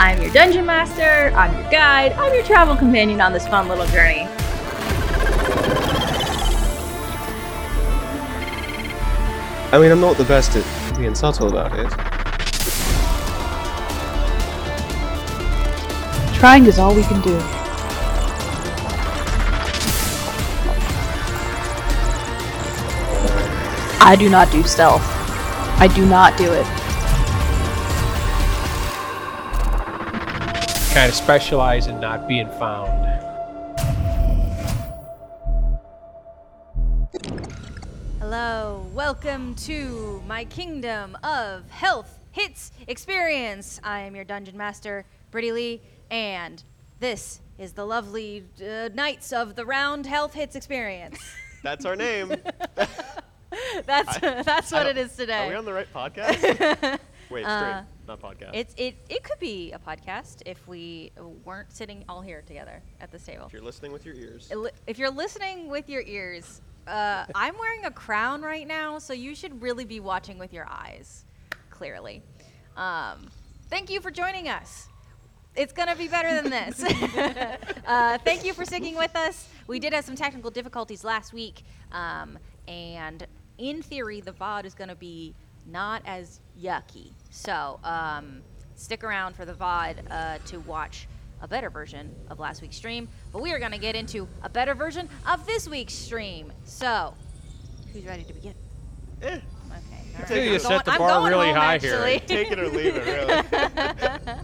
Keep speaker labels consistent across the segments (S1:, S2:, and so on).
S1: I'm your dungeon master, I'm your guide, I'm your travel companion on this fun little journey.
S2: I mean, I'm not the best at being subtle about it.
S3: Trying is all we can do. I do not do stealth. I do not do it.
S4: kind of specialize in not being found.
S5: Hello, welcome to my kingdom of health, hits, experience. I am your dungeon master, Brittany Lee, and this is the lovely uh, Knights of the Round Health Hits Experience.
S6: That's our name.
S5: That's that's what
S6: I
S5: it
S6: don't-
S5: is today.
S6: Are we on the right podcast? Wait,
S5: Uh,
S6: straight, not podcast.
S5: It's it it could be a podcast if we weren't sitting all here together at this table.
S6: if you're listening with your ears,
S5: Li- If you're listening with your ears, uh, I'm wearing a crown right now, so you should really be watching with your eyes. Clearly, um, thank you for joining us. It's gonna be better than this. uh, thank you for sticking with us. We did have some technical difficulties last week, um, and in theory, the VOD is gonna be not as yucky. So um, stick around for the VOD uh, to watch a better version of last week's stream. But we are gonna get into a better version of this week's stream. So who's ready to begin?
S6: eh,
S5: Okay. all
S6: Take
S5: I'm
S6: it. You
S4: set the
S5: I'm
S4: bar
S5: going
S4: really
S5: home,
S4: high here.
S5: actually.
S6: take it or leave it, really.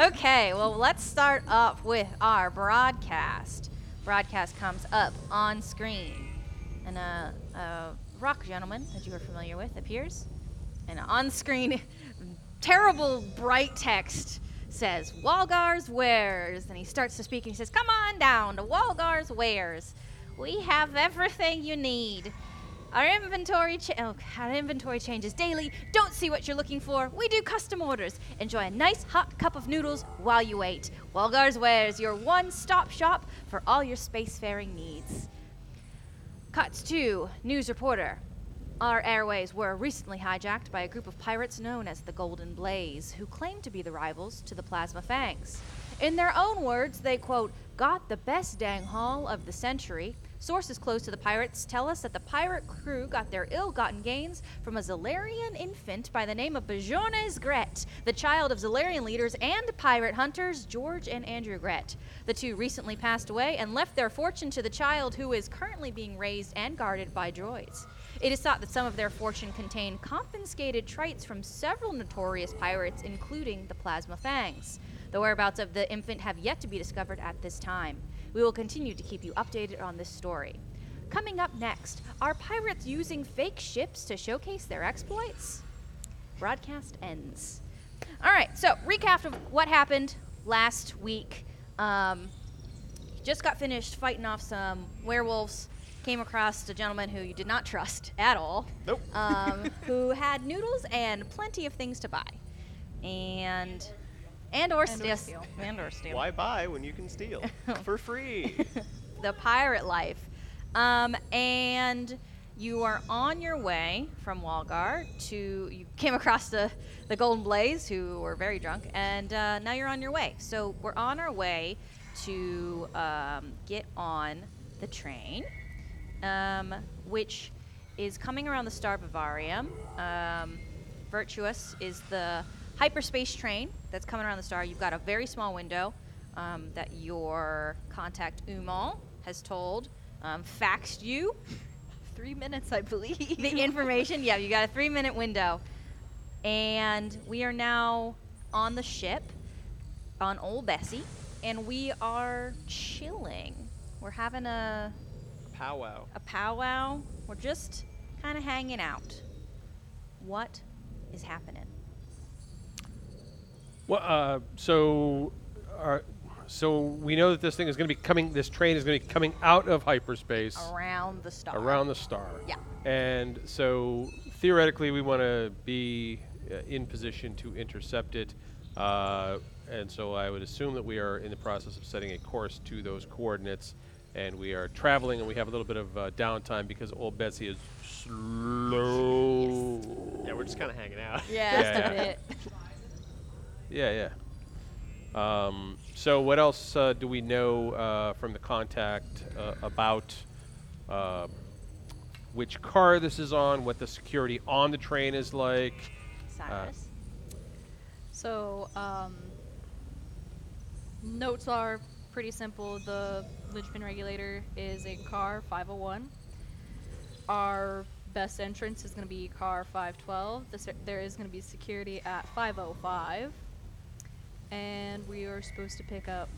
S5: okay, well, let's start up with our broadcast. Broadcast comes up on screen. And a, a rock gentleman that you are familiar with appears. And on screen, terrible bright text says, Walgar's Wares. And he starts to speak and he says, Come on down to Walgar's Wares. We have everything you need. Our inventory, cha- oh, our inventory changes daily. Don't see what you're looking for. We do custom orders. Enjoy a nice hot cup of noodles while you wait. Walgar's Wares, your one-stop shop for all your spacefaring needs. Cuts to news reporter. Our airways were recently hijacked by a group of pirates known as the Golden Blaze, who claim to be the rivals to the Plasma Fangs. In their own words, they quote, got the best dang haul of the century. Sources close to the pirates tell us that the pirate crew got their ill gotten gains from a Zalarian infant by the name of Bajones Gret, the child of Zalarian leaders and pirate hunters George and Andrew Gret. The two recently passed away and left their fortune to the child who is currently being raised and guarded by droids. It is thought that some of their fortune contained confiscated trites from several notorious pirates, including the Plasma Fangs. The whereabouts of the infant have yet to be discovered at this time. We will continue to keep you updated on this story. Coming up next, are pirates using fake ships to showcase their exploits? broadcast ends. All right, so recap of what happened last week. Um, just got finished fighting off some werewolves. Came across a gentleman who you did not trust at all.
S6: Nope.
S5: Um, who had noodles and plenty of things to buy, and and or steal. And or steal.
S6: Why buy when you can steal for free?
S5: the pirate life. Um, and you are on your way from Walgar to. You came across the, the Golden Blaze, who were very drunk, and uh, now you're on your way. So we're on our way to um, get on the train, um, which is coming around the Star Bavarium. Um, Virtuous is the hyperspace train that's coming around the star. You've got a very small window um, that your contact Umal has told, um, faxed you
S7: Three minutes, I believe.
S5: the information. Yeah, you got a three minute window. And we are now on the ship on Old Bessie, and we are chilling. We're having a,
S6: Powwow.
S5: a powwow. We're just kind of hanging out. What is happening?
S4: Well, uh, so, are, so we know that this thing is going to be coming. This train is going to be coming out of hyperspace
S5: Around the star.
S4: around the star.
S5: Yeah.
S4: And so theoretically, we want to be uh, in position to intercept it. Uh, and so I would assume that we are in the process of setting a course to those coordinates. And we are traveling, and we have a little bit of uh, downtime because old Betsy is slow.
S6: Yeah, we're just kind of hanging out.
S5: Yeah,
S4: Yeah,
S5: that's
S4: yeah.
S5: about it.
S4: Yeah, yeah. Um, so, what else uh, do we know uh, from the contact uh, about uh, which car this is on, what the security on the train is like?
S5: Cyrus.
S3: So, um, notes are pretty simple. The Lynchman regulator is in car 501. Our best entrance is going to be car 512. The se- there is going to be security at 505. And we are supposed to pick up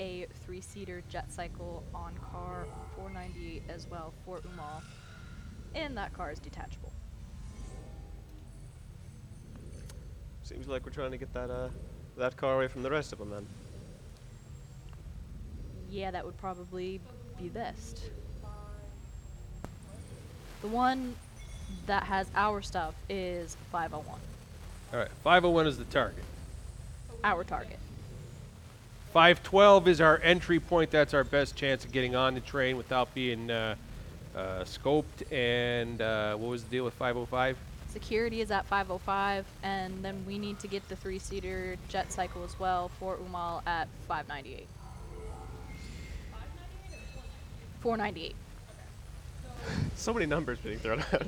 S3: a three seater jet cycle on car 498 as well for Umal. And that car is detachable.
S6: Seems like we're trying to get that uh, that car away from the rest of them then.
S3: Yeah, that would probably be best. The one that has our stuff is 501,
S4: All right, 501 is the target.
S3: our target.
S4: 512 is our entry point. That's our best chance of getting on the train without being uh, uh, scoped. And uh, what was the deal with 505?
S3: Security is at 505, and then we need to get the three seater jet cycle as well for Umal at 598. 498.
S6: So many numbers being thrown out.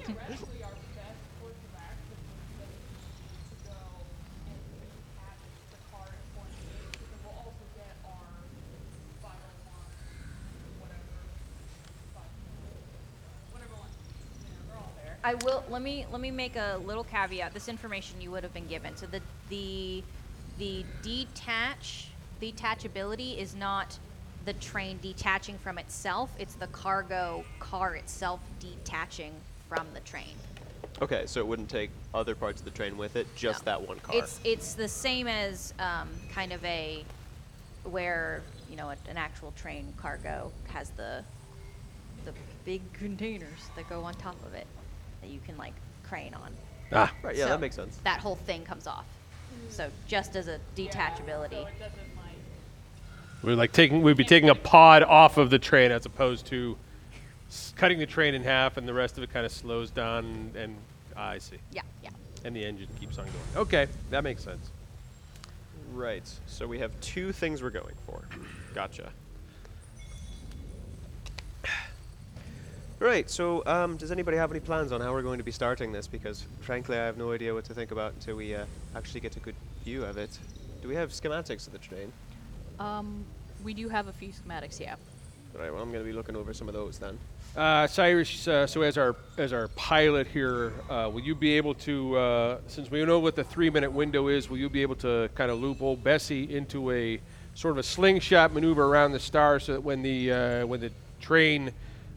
S5: I will let me let me make a little caveat. This information you would have been given. So the the the detach detachability is not the train detaching from itself. It's the cargo car itself detaching from the train.
S6: okay, so it wouldn't take other parts of the train with it, just that one car.
S5: It's it's the same as um, kind of a where you know an actual train cargo has the the big containers that go on top of it that you can like crane on.
S4: Ah,
S6: right, yeah,
S5: So
S6: that makes sense.
S5: That whole thing comes off. So just as a detachability.
S4: We're like taking we'd be taking a pod off of the train as opposed to s- cutting the train in half and the rest of it kind of slows down and, and ah, I see.
S5: Yeah, yeah.
S4: And the engine keeps on going. Okay, that makes sense.
S6: Right. So we have two things we're going for. Gotcha. Right. So, um, does anybody have any plans on how we're going to be starting this? Because frankly, I have no idea what to think about until we uh, actually get a good view of it. Do we have schematics of the train?
S3: Um, we do have a few schematics, yeah.
S6: Right. Well, I'm going to be looking over some of those then.
S4: Uh, Cyrus, uh, so as our as our pilot here, uh, will you be able to, uh, since we know what the three minute window is, will you be able to kind of loop old Bessie into a sort of a slingshot maneuver around the star, so that when the uh, when the train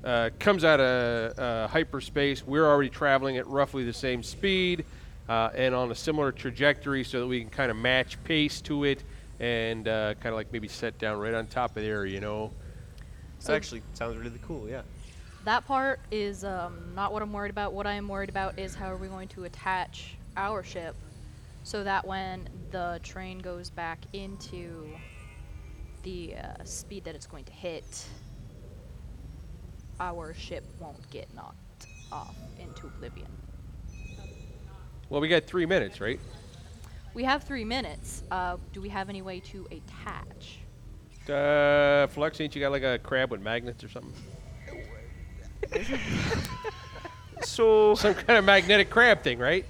S4: uh, comes out of uh, hyperspace, we're already traveling at roughly the same speed uh, and on a similar trajectory, so that we can kind of match pace to it and uh, kind of like maybe set down right on top of there, you know.
S6: So actually, sounds really cool. Yeah.
S3: That part is um, not what I'm worried about. What I am worried about is how are we going to attach our ship so that when the train goes back into the uh, speed that it's going to hit, our ship won't get knocked off into oblivion.
S4: Well, we got three minutes, right?
S3: We have three minutes. Uh, do we have any way to attach?
S4: Uh, Flux, ain't you got like a crab with magnets or something?
S6: So.
S4: Some kind of magnetic crab thing, right?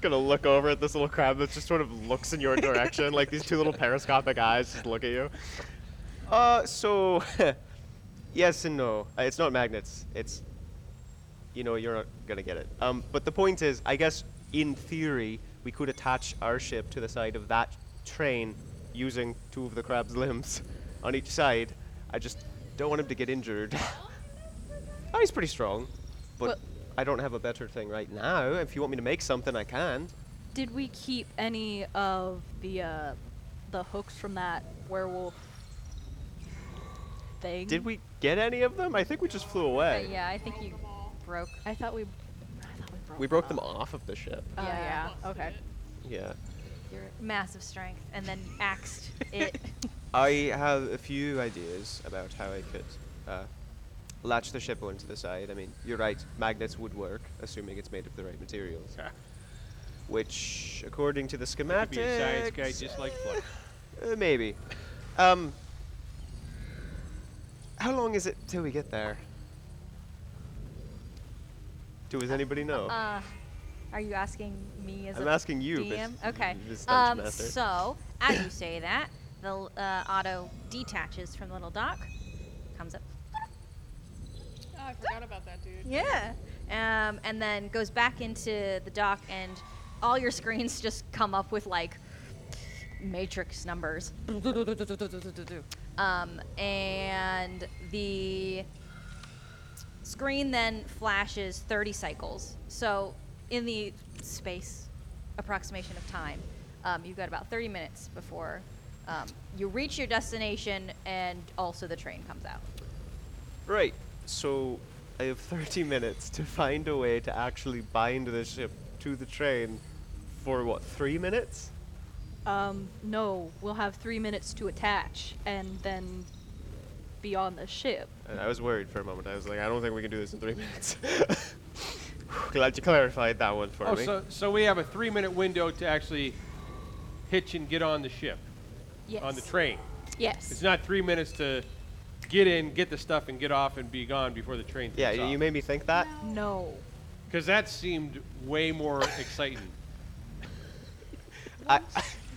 S6: gonna look over at this little crab that just sort of looks in your direction, like these two little periscopic eyes just look at you. Uh, so yes and no. Uh, it's not magnets. It's you know you're not gonna get it. Um, but the point is, I guess in theory we could attach our ship to the side of that train using two of the crab's limbs on each side. I just don't want him to get injured. oh, he's pretty strong, but.
S3: Well-
S6: I don't have a better thing right now. If you want me to make something, I can.
S3: Did we keep any of the uh, the hooks from that werewolf thing?
S6: Did we get any of them? I think we just flew
S3: Uh,
S6: away.
S3: yeah, I think you
S5: Broke.
S3: I thought we.
S7: uh,
S3: I thought we broke.
S6: We broke them off of the ship.
S3: Oh, yeah.
S5: Yeah.
S3: Okay.
S6: Yeah.
S5: Your massive strength and then axed it.
S6: I have a few ideas about how I could uh, latch the ship onto the side. I mean, you're right, magnets would work, assuming it's made of the right materials. which, according to the
S4: Could
S6: schematic,
S4: be a science guy just like Flutter.
S6: uh, maybe. Um, how long is it till we get there? Does anybody know?
S5: Uh, are you asking me as
S6: I'm
S5: a
S6: asking you, Miss-
S5: DM? Okay.
S6: Miss Dungeon
S5: Um,
S6: Master.
S5: so, as you say that, the l- uh, auto detaches from Little Doc, comes up,
S8: Oh, I forgot about that dude.
S5: yeah, um, and then goes back into the dock, and all your screens just come up with like matrix numbers. Um, and the screen then flashes 30 cycles. So, in the space approximation of time, um, you've got about 30 minutes before um, you reach your destination and also the train comes out.
S6: Right. So I have 30 minutes to find a way to actually bind the ship to the train for what, three minutes?
S7: Um, no, we'll have three minutes to attach and then be on the ship.
S6: And I was worried for a moment. I was like, I don't think we can do this in three minutes. Glad you clarified that one for
S4: Oh,
S6: me.
S4: so, so we have a three minute window to actually hitch and get on the ship,
S7: Yes.
S4: on the train. It's
S7: Yes.
S4: not three minutes to get in, get the stuff, and get off and be gone before the train.
S6: yeah, you, you made me think that.
S7: No.
S4: Because that seemed way more exciting.
S6: I,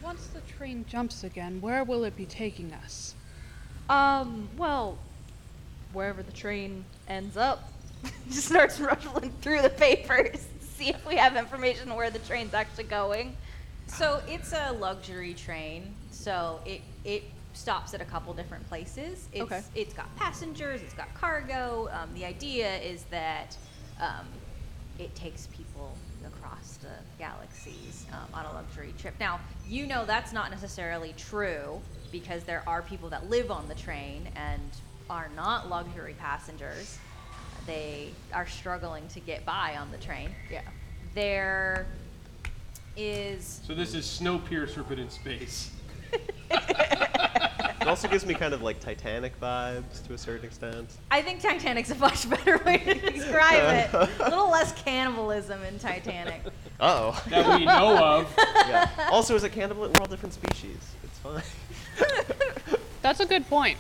S8: Once the train jumps again, where will it be taking us?
S7: Um, well, wherever the train ends up.
S5: just starts ruffling through the papers to see if we have information where the train's actually going. So it's a luxury train, so it it stops at a couple different places. It's,
S7: Okay.
S5: It's got passengers, it's got cargo. Um, the idea is that um, it takes people across the galaxies um, on a luxury trip. Now you know that's not necessarily true because there are people that live on the train and are not luxury passengers they are struggling to get by on the train.
S7: Yeah.
S5: There is
S4: So this is Snowpiercer, but in space.
S6: it also gives me kind of like Titanic vibes to a certain extent.
S5: I think Titanic's a much better way to describe it. A little less cannibalism in Titanic.
S6: Oh.
S4: That we know of.
S6: yeah. Also, as a cannibal, we're all different species. It's fine.
S8: That's a good point.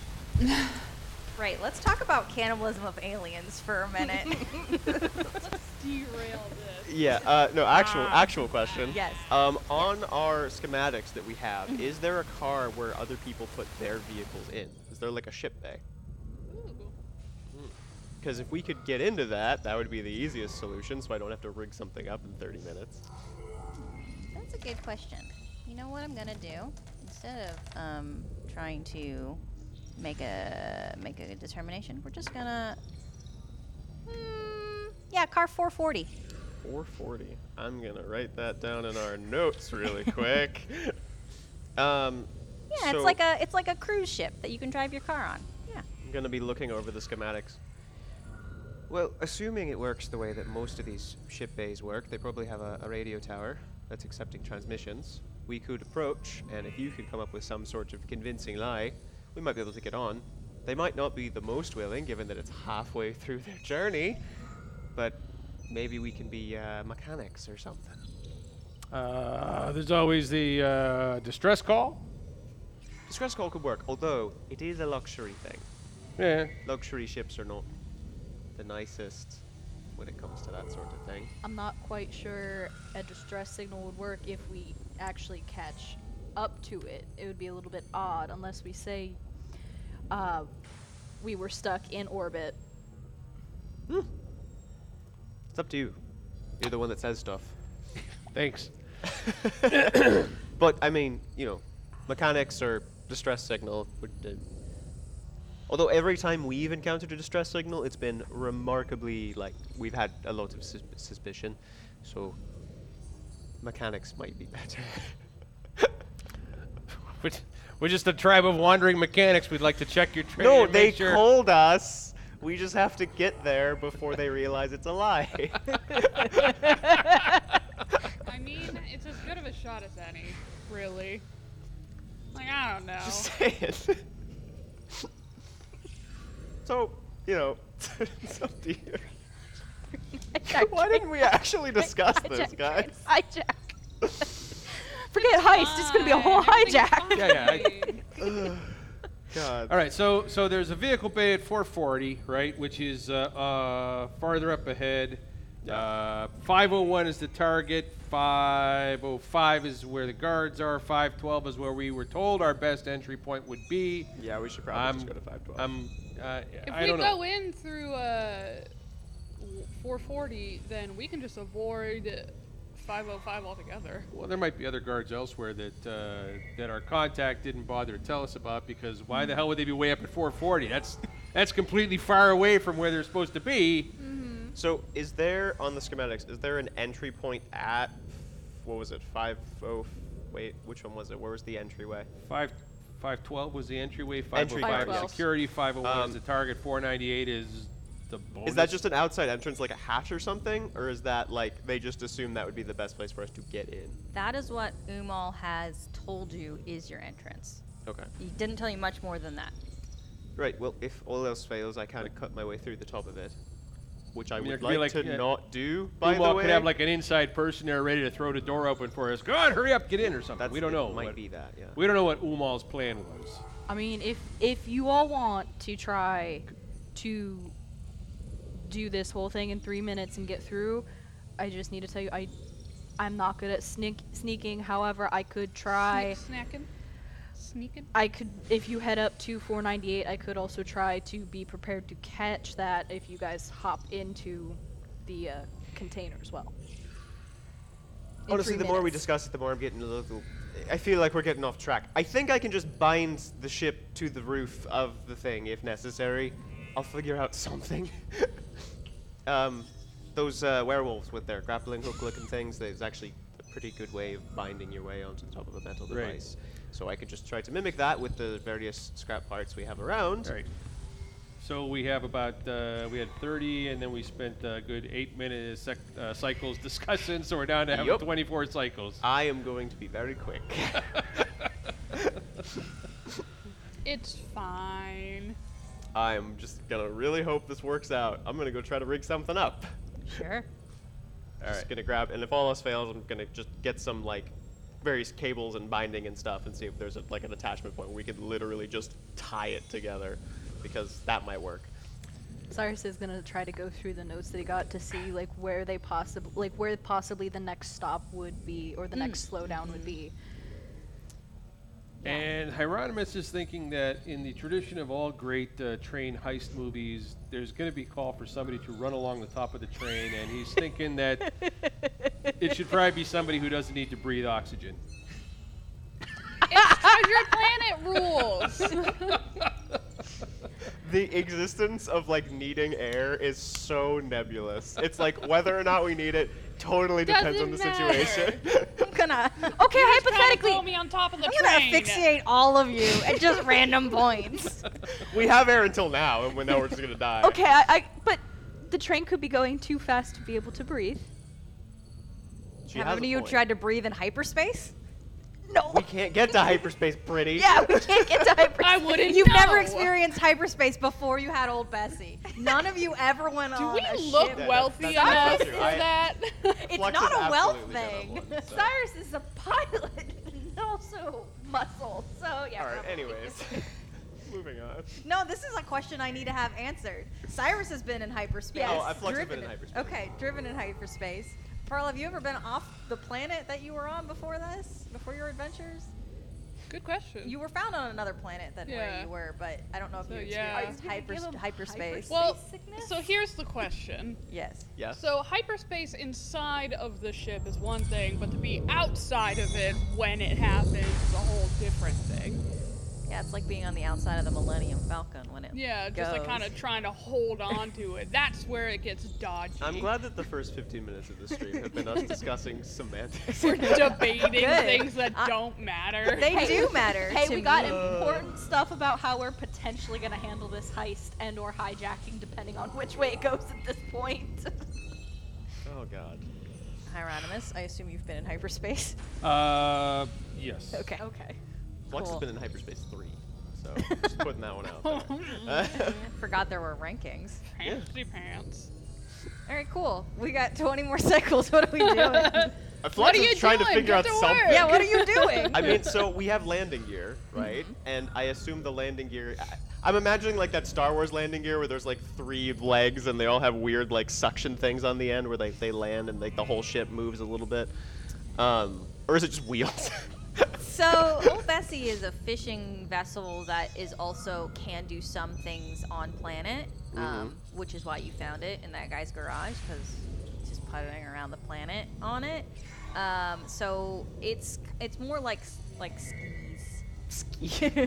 S5: Right, let's talk about cannibalism of aliens for a minute.
S8: Derail this.
S6: Yeah. Uh, no. Actual. Actual question.
S5: Ah. Yes. Mm-hmm.
S6: Um, on our schematics that we have, is there a car where other people put their vehicles in? Is there like a ship bay?
S8: Ooh.
S6: Because if we could get into that, that would be the easiest solution, so I don't have to rig something up in 30 minutes.
S5: That's a good question. You know what I'm gonna do? Instead of um, trying to make a make a determination, we're just gonna. Mm, yeah, car 440.
S6: 440. I'm gonna write that down in our notes really quick. um,
S5: Yeah,
S6: so
S5: it's like a it's like a cruise ship that you can drive your car on. Yeah.
S6: I'm gonna be looking over the schematics. Well, assuming it works the way that most of these ship bays work, they probably have a, a radio tower that's accepting transmissions. We could approach, and if you could come up with some sort of convincing lie, we might be able to get on. They might not be the most willing, given that it's halfway through their journey, but maybe we can be uh, mechanics or something.
S4: Uh, there's always the uh, distress call.
S6: Distress call could work, although it is a luxury thing.
S4: Yeah.
S6: Luxury ships are not the nicest when it comes to that sort of thing.
S7: I'm not quite sure a distress signal would work if we actually catch up to it. It would be a little bit odd unless we say uh, we were stuck in orbit.
S6: It's up to you. You're the one that says stuff.
S4: Thanks.
S6: But I mean, you know, mechanics or distress signal. would, uh, although every time we've encountered a distress signal, it's been remarkably like we've had a lot of sus- suspicion. So mechanics might be better.
S4: We're, we're just a tribe of wandering mechanics. We'd like to check your train.
S6: no,
S4: and
S6: they
S4: make sure.
S6: told us. We just have to get there before they realize it's a lie.
S8: I mean, it's as good of a shot as any, really. Like, I don't know.
S6: Just saying. so, you know, it's up to you. Why didn't we actually discuss this, guys?
S7: Hijack.
S3: Forget heist. It's gonna be a whole
S8: Fine, everything's
S3: hijack.
S4: Yeah, yeah, I-
S8: fine.
S6: God.
S4: All right, so so there's a vehicle bay at 440, right, which is uh, uh, farther up ahead. Uh, 501 is the target. 505 is where the guards are. 512 is where we were told our best entry point would be.
S6: Yeah, we should probably
S4: I'm,
S6: just go to 512.
S4: I'm, uh,
S8: If
S4: I
S8: we
S4: don't
S8: go
S4: know.
S8: in through uh, 440, then we can just avoid 505 altogether.
S4: Well, there might be other guards elsewhere that uh, that our contact didn't bother to tell us about because why the hell would they be way up at 440? That's that's completely far away from where they're supposed to be.
S6: so, is there on the schematics? Is there an entry point at what was it? 50? Wait, which one was it? Where was the entryway?
S4: Five, five twelve was the entryway. Five
S6: Entry
S4: hundred five
S6: point,
S4: is
S6: yes.
S4: security. Five hundred one
S6: Um,
S4: is the target. Four ninety eight is the bonus.
S6: Is that just an outside entrance, like a hatch or something, or is that like they just assume that would be the best place for us to get in?
S5: That is what Umal has told you is your entrance.
S6: Okay.
S5: He didn't tell you much more than that.
S6: Right. Well, if all else fails, I kind of cut my way through the top of it, which I
S4: mean, there
S6: would
S4: could be
S6: like,
S4: like,
S6: to
S4: uh,
S6: not do. By
S4: Meanwhile,
S6: the way,
S4: could have like an inside person there ready to throw the door open for us. Go on, hurry up, get in or something.
S6: That's-
S4: we don't
S6: it
S4: know.
S6: Might
S4: what-
S6: be that. Yeah.
S4: We don't know what Umal's plan was.
S3: I mean, if if you all want to try to do this whole thing in three minutes and get through, I just need to tell you, I I'm not good at sneak sneaking. However, I could try.
S8: Sneak, snacking. Sneaking.
S3: I could, if you head up to 498, I could also try to be prepared to catch that if you guys hop into the uh, container as well. In
S6: Honestly,
S3: three
S6: the more we
S3: minutes.
S6: discuss it, the more I'm getting a little. I feel like we're getting off track. I think I can just bind the ship to the roof of the thing if necessary. I'll figure out something. um, those uh, werewolves with their grappling hook looking things, there's actually a pretty good way of binding your way onto the top of a metal
S4: Right.
S6: device. So I could just try to mimic that with the various scrap parts we have around.
S4: All right. So we have about uh, we had 30, and then we spent a good eight minute sec- uh, cycles discussing. So we're down to having
S6: Yup.
S4: 24 cycles.
S6: I am going to be very quick.
S8: It's fine.
S6: I'm just gonna really hope this works out. I'm gonna go try to rig something up.
S5: Sure.
S6: just gonna grab, and if all else fails, I'm gonna just get some like various cables and binding and stuff, and see if there's a, like an attachment point where we could literally just tie it together, because that might work.
S3: Cyrus is gonna try to go through the notes that he got to see like where they possibly, like where possibly the next stop would be or the next slowdown would be.
S4: And Hieronymus is thinking that in the tradition of all great uh, train heist movies, there's going to be call for somebody to run along the top of the train, and he's thinking that it should probably be somebody who doesn't need to breathe oxygen.
S8: It's Treasure Planet rules.
S6: The existence of like needing air is so nebulous. It's like whether or not we need it totally depends on the
S8: Doesn't matter.
S6: situation.
S5: I'm gonna.
S3: Okay,
S8: Hypothetically,
S3: hypothetically,
S8: me on top of the
S5: I'm gonna
S8: train.
S5: asphyxiate all of you at just random points.
S6: we have air until now, and when now we're just gonna die.
S3: okay, I, I, but the train could be going too fast to be able to breathe.
S6: She
S5: How
S6: has a
S5: many of you
S6: point.
S5: tried to breathe in hyperspace?
S3: No.
S6: We can't get to hyperspace, pretty.
S5: Yeah, we can't get to hyperspace.
S8: I wouldn't
S5: You've never
S8: know.
S5: experienced hyperspace before you had old Bessie. None of you ever went
S8: Do
S5: on
S8: we
S5: a
S8: look
S5: ship.
S6: That-
S8: wealthy
S6: that's- that's
S8: enough
S6: true.
S8: for
S6: I-
S8: that?
S5: It's
S6: Flux
S5: not
S6: is
S5: a wealth
S6: absolutely done
S5: thing.
S6: on one, so.
S5: Cyrus is a pilot and also muscle. So yeah.
S6: All right.
S5: probably.
S6: Anyways, moving on.
S5: No, this is a question I need to have answered. Cyrus has been in hyperspace.
S6: Yeah, oh, I've flexed a bit
S5: driven
S6: in hyperspace.
S5: Okay, driven in hyperspace. Pearl, have you ever been off the planet that you were on before this? Before your adventures?
S8: Good question.
S5: You were found on another planet than where
S8: Uh, Yeah.
S5: you were, but I don't know if
S8: So,
S5: you
S8: yeah. Oh,
S5: experienced hyper- hyperspace.
S8: well,
S3: sickness?
S8: so here's the question.
S5: yes.
S6: Yeah.
S8: So hyperspace inside of the ship is one thing, but to be outside of it when it happens is a whole different thing.
S5: Yeah, it's like being on the outside of the Millennium Falcon when it
S8: Yeah, just like
S5: goes.
S8: kind of trying to hold on to it. That's where it gets dodgy.
S6: I'm glad that the first 15 minutes of the stream have been us discussing semantics.
S8: we're debating
S5: Good.
S8: things that
S5: I-
S8: don't matter.
S5: They do matter.
S3: Hey,
S5: to
S3: we got
S5: me.
S3: important stuff about how we're potentially going to handle this heist and or hijacking depending on which way it goes at this point.
S6: oh God.
S5: Hieronymus, I assume you've been in hyperspace.
S4: Uh, yes.
S5: Okay.
S3: okay.
S6: Flux has
S5: Cool.
S6: been in hyperspace three, so just putting that one out. There.
S5: Forgot there were rankings.
S8: Fancy pants.
S5: All right, cool. We got 20 more cycles. What are we doing?
S6: I feel
S8: What
S6: like
S8: are
S6: I'm
S8: you
S6: trying
S8: doing?
S6: to figure out
S8: Get to
S6: something.
S8: work.
S5: Yeah, what are you doing?
S6: I mean, so we have landing gear, right? And I assume the landing gear. I, I'm imagining like that Star Wars landing gear where there's like three legs and they all have weird like suction things on the end where they, they land and like the whole ship moves a little bit. Um, or is it just wheels?
S5: So, Old Bessie is a fishing vessel that is also can do some things on planet, um, which is why you found it in that guy's garage because just puttering around the planet on it. Um, so it's it's more like s- like skis.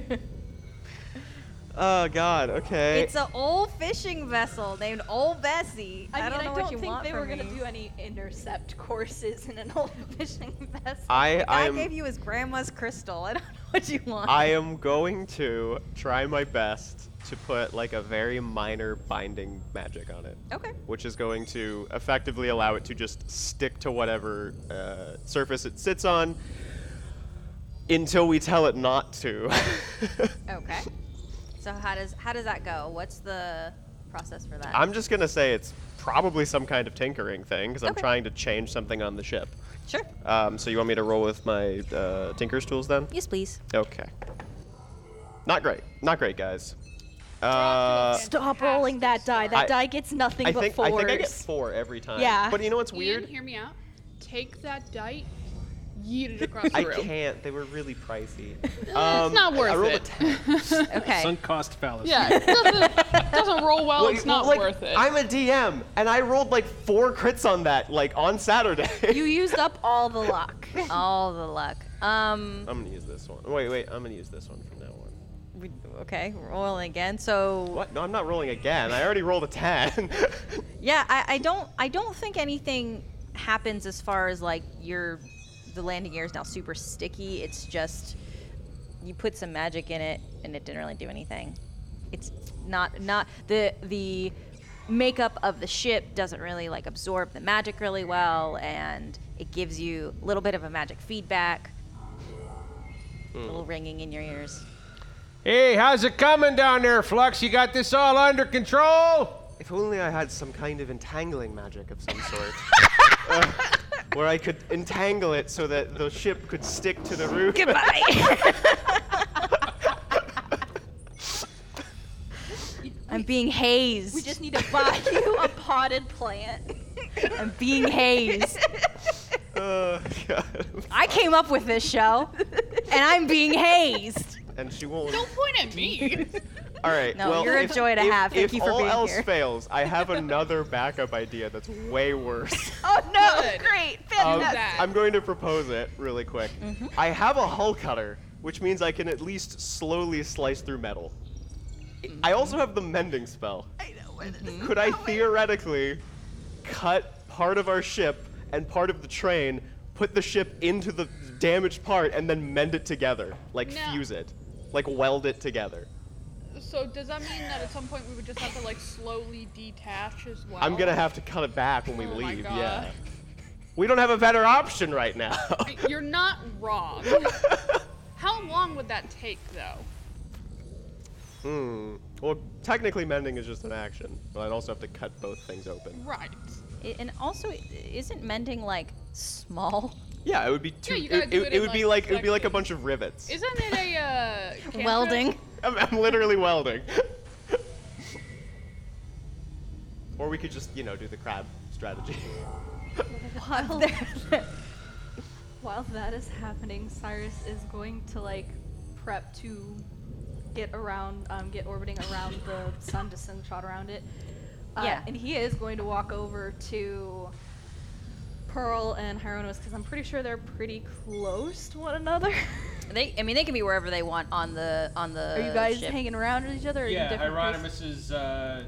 S6: oh God. Okay.
S5: It's an old fishing vessel named Old Bessie.
S7: I,
S5: I,
S7: mean,
S5: don't know
S7: I
S5: what
S7: don't
S5: you
S7: think
S5: want
S7: they
S5: from
S7: were going to
S5: me.
S7: do any intercept courses in an old fishing vessel.
S6: I
S5: I
S6: I'm.
S5: gave you his grandma's crystal. I don't know what you want.
S6: I am going to try my best to put like a very minor binding magic on it.
S5: okay.
S6: which is going to effectively allow it to just stick to whatever uh, surface it sits on until we tell it not to.
S5: Okay. So how does how does that go? What's the process for that?
S6: I'm just going to say it's probably some kind of tinkering thing because I'm
S5: Okay.
S6: trying to change something on the ship.
S5: sure.
S6: Um, so you want me to roll with my uh, tinker's tools then?
S5: Yes, please.
S6: Okay. Not great. Not great, guys. Uh,
S7: Stop rolling that die. That
S6: I-
S7: die gets nothing
S6: I
S7: but
S6: think I
S7: fours.
S6: think I get four every time.
S7: Yeah.
S6: But you know what's
S8: Ian,
S6: weird?
S8: hear me out. Take that dite, yeet it across the
S6: I
S8: room.
S6: can't. They were really pricey. Um,
S8: it's not worth
S6: I rolled a
S8: it.
S5: Okay.
S9: Sunk cost fallacy.
S8: Yeah, it doesn't, doesn't roll well.
S6: Well,
S8: Oh, it's
S6: well,
S8: not
S6: like,
S8: worth it.
S6: I'm a DM, and I rolled like four crits on that, like on Saturday.
S7: You used up all the luck.
S5: All the luck. Um.
S6: I'm gonna use this one. Wait, wait, I'm gonna use this one from now on.
S5: We, okay. Rolling again. So
S6: What? No, I'm not rolling again. I already rolled a ten.
S5: yeah, I, I don't I don't think anything happens as far as like your the landing gear is now super sticky. It's just you put some magic in it and it didn't really do anything. It's not not the the makeup of the ship doesn't really like absorb the magic really well and it gives you a little bit of a magic feedback. A little ringing in your ears.
S9: Hey, how's it coming down there, Flux? You got this all under control?
S6: if only I had some kind of entangling magic of some sort. Uh, Where I could entangle it so that the ship could stick to the roof.
S5: I'm being hazed.
S7: We just need to buy you a potted plant.
S5: I'm being hazed.
S6: Oh, God.
S5: I came up with this show, and I'm being hazed.
S6: And she won't.
S8: Don't point at me.
S6: All right.
S5: No,
S6: well,
S5: you're a
S6: if-
S5: joy to
S6: Oh, if-
S5: have. Thank
S6: if
S5: you for
S6: all
S5: being
S6: else
S5: here.
S6: fails, I have another backup idea that's way worse.
S5: Oh no!
S8: Good.
S5: Great,
S6: Um,
S5: fantastic. Mm-hmm.
S8: that.
S6: I'm going to propose it really quick. I have a hull cutter, which means I can at least slowly slice through metal.
S5: Mm-hmm.
S6: I also have the mending spell. I know Could I theoretically cut part of our ship and part of the train, put the ship into the damaged part, and then mend it together, like
S8: No.
S6: fuse it, like weld it together?
S8: so does that mean that at some point we would just have to like slowly detach as well?
S6: I'm gonna have to cut it back when we
S8: Oh my
S6: leave.
S8: God.
S6: Yeah. We don't have a better option right now.
S8: I- You're not wrong. How long would that take though?
S6: Hmm. Well, technically, mending is just an action, but I'd also have to cut both things open.
S8: Right.
S5: I- And also, i- isn't mending like small?
S6: Yeah, it would be two.
S8: you
S6: it,
S8: gotta do
S6: it- it
S8: it in,
S6: would be
S8: like,
S6: like it would be like a
S8: sections.
S6: bunch of rivets.
S8: Isn't it a uh, cantrip?
S5: Welding.
S6: I'm, I'm literally welding. or we could just you know do the crab strategy.
S7: While, while that is happening, Cyrus is going to like prep to get around, um, get orbiting around the sun to send shot around it. Uh,
S5: Yeah.
S7: And he is going to walk over to Pearl and Hieronos because I'm pretty sure they're pretty close to one another.
S5: They, I mean, they can be wherever they want on the on the.
S7: are you guys
S5: ship.
S7: hanging around with each other? Or are you
S9: Yeah,
S7: different places?
S9: Hieronymus is uh,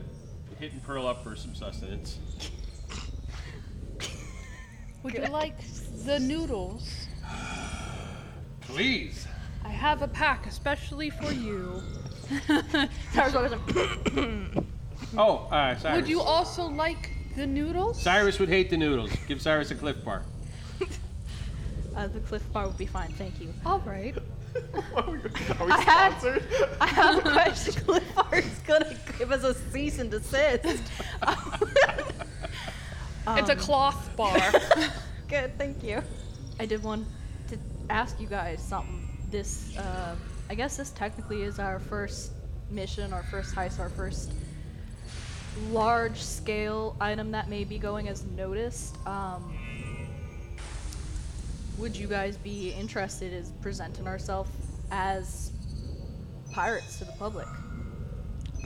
S9: hitting Pearl up for some sustenance.
S8: Would you like the noodles?
S9: Please.
S8: I have a pack especially for you.
S7: Cyrus walks up,
S9: Oh, uh, Cyrus.
S8: Would you also like the noodles?
S9: Cyrus would hate the noodles. Give Cyrus a cliff bar.
S7: uh, the cliff bar would be fine, thank you.
S8: All right.
S6: Are we are we
S7: I had-
S6: sponsored?
S7: I have a question. cliff bar is gonna
S5: Give us a cease and desist.
S6: um,
S8: it's a cloth bar.
S5: good. Thank you.
S3: I did want to ask you guys something. This, uh, I guess this technically is our first mission, our first heist, our first large scale item that may be going as noticed. Um, would you guys be interested in presenting ourselves as pirates to the public?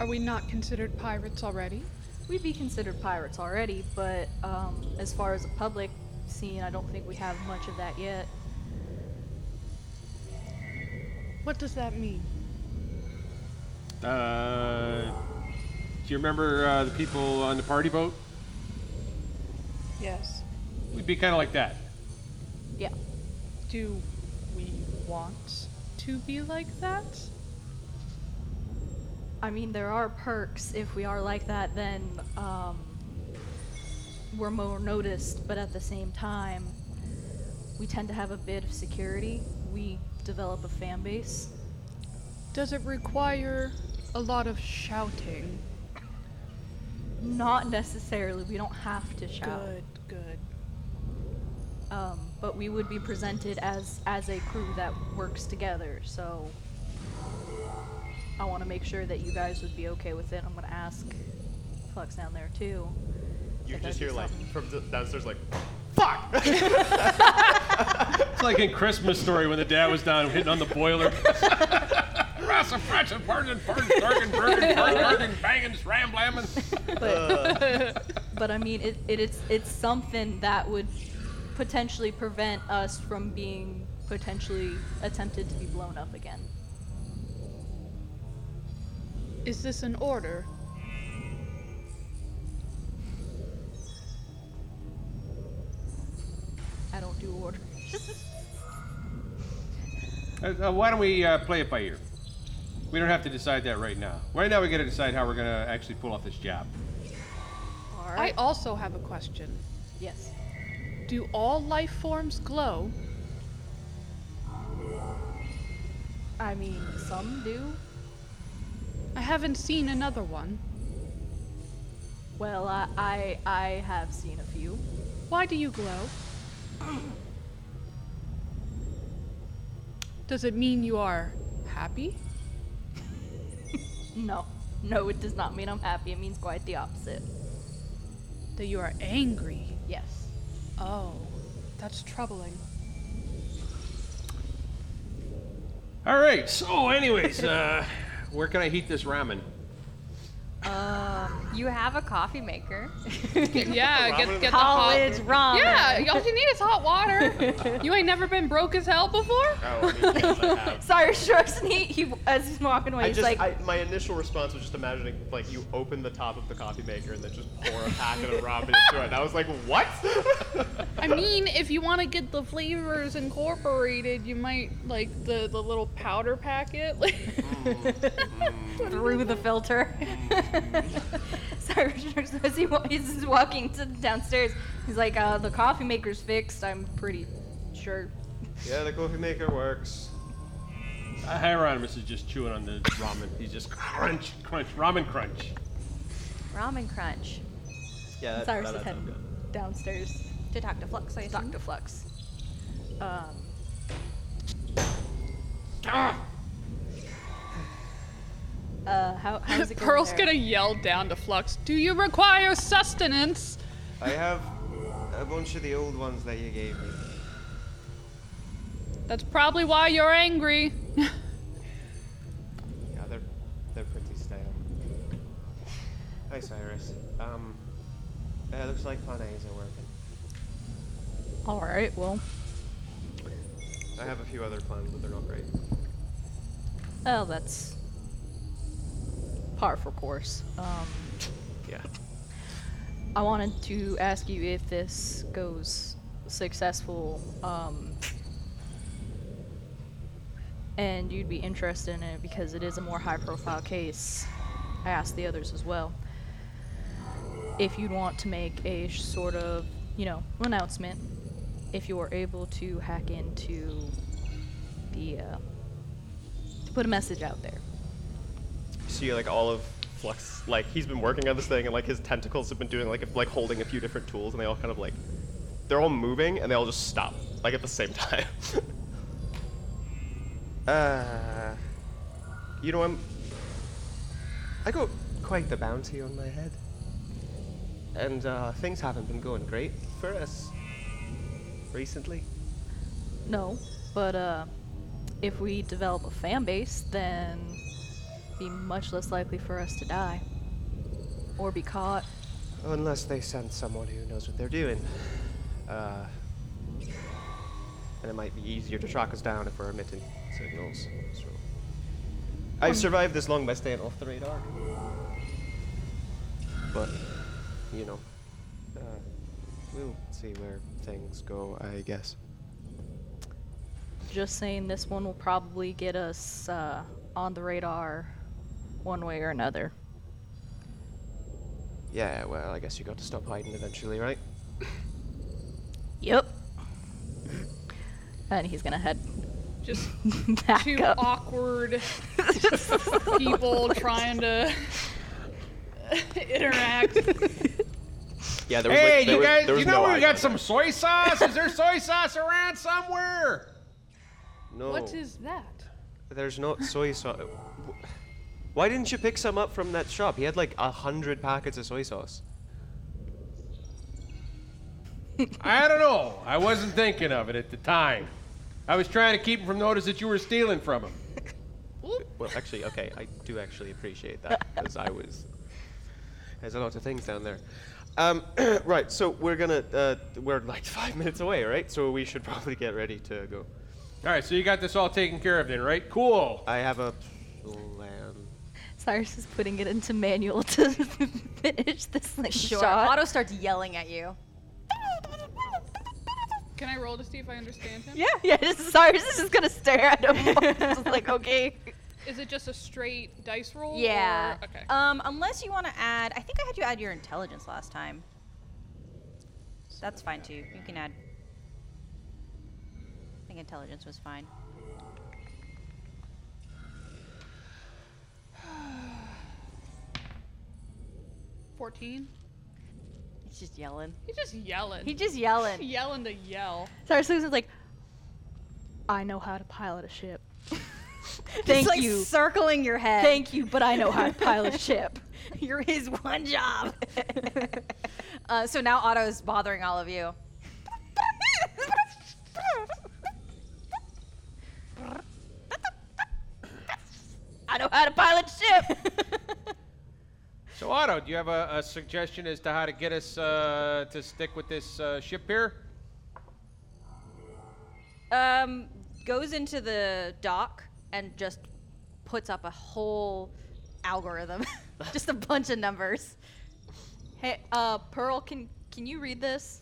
S8: Are we not considered pirates already?
S3: We'd be considered pirates already, but um, as far as the public scene, I don't think we have much of that yet.
S8: What does that mean?
S4: Uh, do you remember uh, the people on the party boat?
S8: Yes.
S4: We'd be kind of like that.
S3: Yeah.
S8: Do we want to be like that?
S3: I mean, there are perks. If we are like that, then um, we're more noticed, but at the same time, we tend to have a bit of security. We develop a fan base.
S8: Does it require a lot of shouting?
S3: Not necessarily, we don't have to shout.
S8: Good, good.
S3: Um, but we would be presented as as a crew that works together. So I want to make sure that you guys would be okay with it. I'm gonna ask Flux down there too.
S6: You just
S3: if that'd be
S6: hear like
S3: something.
S6: from d- downstairs like, fuck.
S4: It's like in Christmas Story when the dad was down hitting on the boiler. Ross and French and Parson, Parson, Durgan, Durgan, Durgan, Bangin, Ram, Lammin'.
S3: But I mean, it, it it's it's something that would potentially prevent us from being potentially attempted to be blown up again.
S8: Is this an order?
S3: I don't do orders.
S4: Uh, uh, why don't we uh, play it by ear? We don't have to decide that right now. Right now, we got to decide how we're gonna actually pull off this job.
S3: All
S8: I
S3: right.
S8: also have a question.
S3: yes.
S8: Do all life forms glow?
S3: I mean, some do.
S8: I haven't seen another one.
S3: Well, I I, I have seen a few.
S8: Why do you glow? Does it mean you are happy?
S3: No, no, it does not mean I'm happy. It means quite the opposite.
S8: That you are angry?
S3: Yes.
S8: Oh, that's troubling.
S4: All right. So, anyways, uh, where can I heat this ramen?
S5: Um, you have a coffee maker.
S8: yeah,
S6: ramen
S8: get,
S6: in the
S8: get the hot.
S5: College ramen.
S8: Yeah, all you need is hot water. you ain't never been broke as hell before?
S6: oh, I mean, yes, I have.
S5: Sorry, Sharks. And he, he, as he's walking away,
S6: I
S5: he's
S6: just,
S5: like,
S6: I, my initial response was just imagining like you open the top of the coffee maker and then just pour a packet of ramen into it. And I was like, what?
S8: I mean, if you want to get the flavors incorporated, you might like the, the little powder packet. Like,
S5: through the filter. Sorry, Richard. So as he wa- he's just walking to downstairs, he's like, uh, "The coffee maker's fixed. I'm pretty sure."
S6: yeah, the coffee maker works.
S4: Uh, Hieronymus is just chewing on the ramen. He's just crunch, crunch, ramen crunch.
S5: Ramen crunch.
S6: Yeah, that,
S3: Cyrus
S6: that
S3: is
S6: adds up
S3: heading
S6: good.
S3: downstairs
S5: To talk to Flux, I
S3: Dr. Flux. Um, uh, how, how's it going
S8: Pearl's
S3: there?
S8: gonna yell down to Flux, Do you require sustenance?
S10: I have a bunch of the old ones that you gave me.
S8: That's probably why you're angry.
S10: Yeah, they're they're pretty stale. Hi, Cyrus. Um, uh, looks like plan A isn't working.
S3: All right. Well,
S6: I have a few other plans, but they're not great.
S3: oh, that's par for course. Um,
S6: Yeah.
S3: I wanted to ask you if this goes successful, um, and you'd be interested in it because it is a more high profile case. I asked the others as well. If you'd want to make a sh- sort of, you know, announcement, if you are able to hack into the, uh, to put a message out there.
S6: See, like all of Flux, like he's been working on this thing, and like his tentacles have been doing like if, like holding a few different tools, and they all kind of like they're all moving and they all just stop, like at the same time.
S10: Uh,
S6: you know, I'm. I go.
S10: quite the bounty on my head.
S6: And uh, things haven't been going great for us recently.
S3: No, but uh, if we develop a fan base, then it'd be much less likely for us to die or be caught.
S10: Unless they send someone who knows what they're doing.
S6: Uh, and it might be easier to track us down if we're emitting signals. So.
S9: Um.
S6: I've survived this long by staying off the radar. But, you know,
S10: Uh, we'll see where things go, I guess.
S3: Just saying, this one will probably get us uh, on the radar, one way or another.
S10: Yeah, well, I guess you got to stop hiding eventually, right?
S3: Yep. And he's gonna head
S8: Just
S3: back
S8: two
S3: up.
S8: awkward people trying to interact.
S6: yeah, there was
S9: Hey,
S6: like, there
S9: you
S6: was-
S9: guys,
S6: there was
S9: you know
S6: no
S9: we
S6: eye
S9: got
S6: contact.
S9: some soy sauce? Is there soy sauce around somewhere?
S6: No.
S8: What is that?
S6: There's not soy sauce. Why didn't you pick some up from that shop? He had like a hundred packets of soy sauce.
S9: I don't know. I wasn't thinking of it at the time. I was trying to keep him from notice that you were stealing from him.
S6: Well, actually, okay, I do actually appreciate that because I was. There's a lot of things down there. Um, right, so we're gonna uh, we're like five minutes away, right? So we should probably get ready to go.
S9: All right, so you got this all taken care of then, right? Cool.
S6: I have a plan.
S3: Cyrus is putting it into manual to finish this like
S5: Sure.
S3: shot.
S5: Otto starts yelling at you.
S8: Can I roll to see if I understand him?
S3: Yeah, yeah. Just, Cyrus is just gonna stare at him. just like, okay.
S8: Is it just a straight dice roll?
S5: Yeah.
S8: or- okay.
S5: Um, unless you want to add, I think I had you add your intelligence last time. That's fine too. You can add. I think intelligence was fine.
S8: Fourteen.
S5: He's just yelling.
S8: He's just yelling.
S5: He's just yelling.
S8: yelling to yell.
S3: Cyrus looks at him like, I know how to pilot a ship. Thank
S5: He's like
S3: you.
S5: circling your head.
S3: Thank you, but I know how to pilot a ship.
S5: You're his one job. uh, so now Otto's bothering all of you.
S3: I know how to pilot ship.
S9: So, Otto, do you have a, a suggestion as to how to get us uh, to stick with this uh, ship here?
S5: um, goes into the dock and just puts up a whole algorithm, just a bunch of numbers.
S3: hey, uh, Pearl, can can you read this?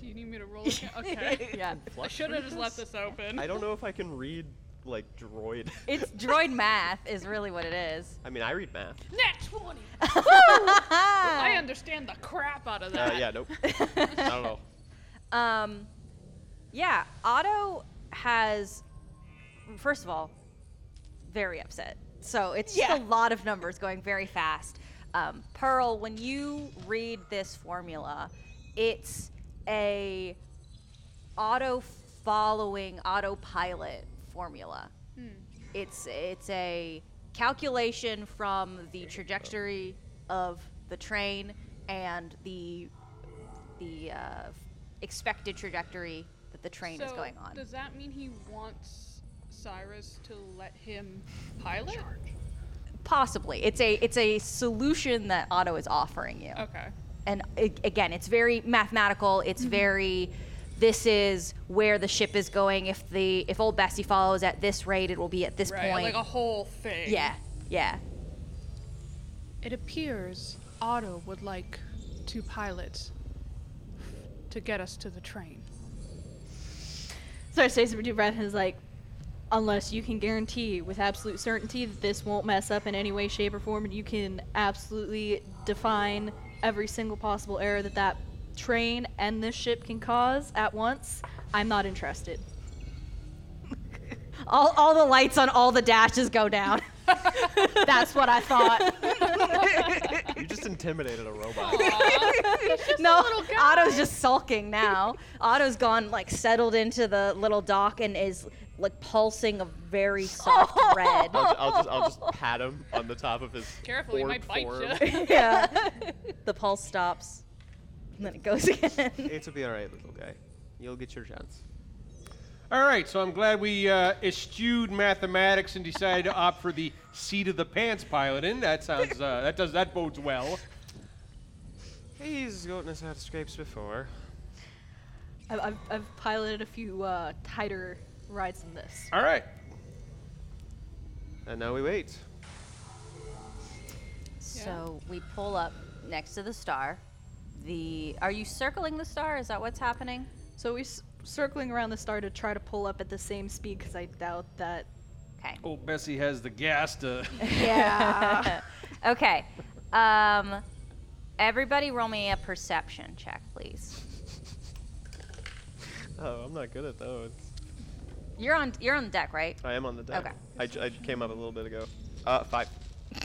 S8: Do you need me to roll? Again? Okay.
S3: Yeah.
S8: I should have just left this open.
S6: I don't know if I can read like droid.
S5: It's droid math is really what it is.
S6: I mean, I read math.
S8: Nat twenty. I
S5: Uh,
S8: understand the crap out of that.
S6: Uh, yeah, nope. I don't know.
S5: Um, yeah, Otto has, first of all, very upset. So it's just a lot of numbers going very fast. Um, Pearl, when you read this formula, it's a auto following autopilot formula.
S8: Hmm.
S5: It's it's a calculation from the trajectory of the train and the the uh, expected trajectory that the train is
S8: So,
S5: going on.
S8: Does that mean he wants Cyrus to let him pilot?
S5: Possibly, it's a it's a solution that Otto is offering you.
S8: Okay. Mm-hmm.
S5: and a- again, it's very mathematical. It's very this is where the ship is going. If the if old Bessie follows at this rate, it will be at this
S8: Right.
S5: point.
S8: Like a whole thing.
S5: yeah, yeah.
S7: It appears Otto would like to pilot to get us to the train.
S3: Cyrus takes a deep breath and is like, unless you can guarantee with absolute certainty that this won't mess up in any way, shape, or form, and you can absolutely define every single possible error that that train and this ship can cause at once, I'm not interested.
S5: All all the lights on all the dashes go down.
S3: That's what I thought.
S6: You just intimidated a robot.
S5: no, Otto's just sulking now. Otto's gone, like settled into the little dock and is like pulsing a very soft red.
S6: I'll, I'll just I'll just pat him on the top of his
S8: Careful, he
S6: orb
S8: might bite
S6: form.
S8: you.
S5: yeah, the pulse stops, and then it goes again.
S6: It'll be all right, little guy. You'll get your chance.
S9: All right, so I'm glad we uh, eschewed mathematics and decided to opt for the seat of the pants piloting. That sounds uh, that does that bodes well.
S6: He's gotten us out of scrapes before.
S3: I've, I've, I've piloted a few uh, tighter rides than this.
S9: All right,
S6: And now we wait.
S5: So we pull up next to the star. The are you circling the star? Is that what's happening?
S3: So we're s- circling around the star to try to pull up at the same speed because I doubt that.
S5: Okay.
S9: old Bessie has the gas to.
S5: Yeah. okay. Um, everybody, roll me a perception check, please.
S6: Oh, I'm not good at those.
S5: You're on. You're on deck, right?
S6: I am on the deck.
S5: Okay.
S6: I, j- I came up a little bit ago. Uh, five.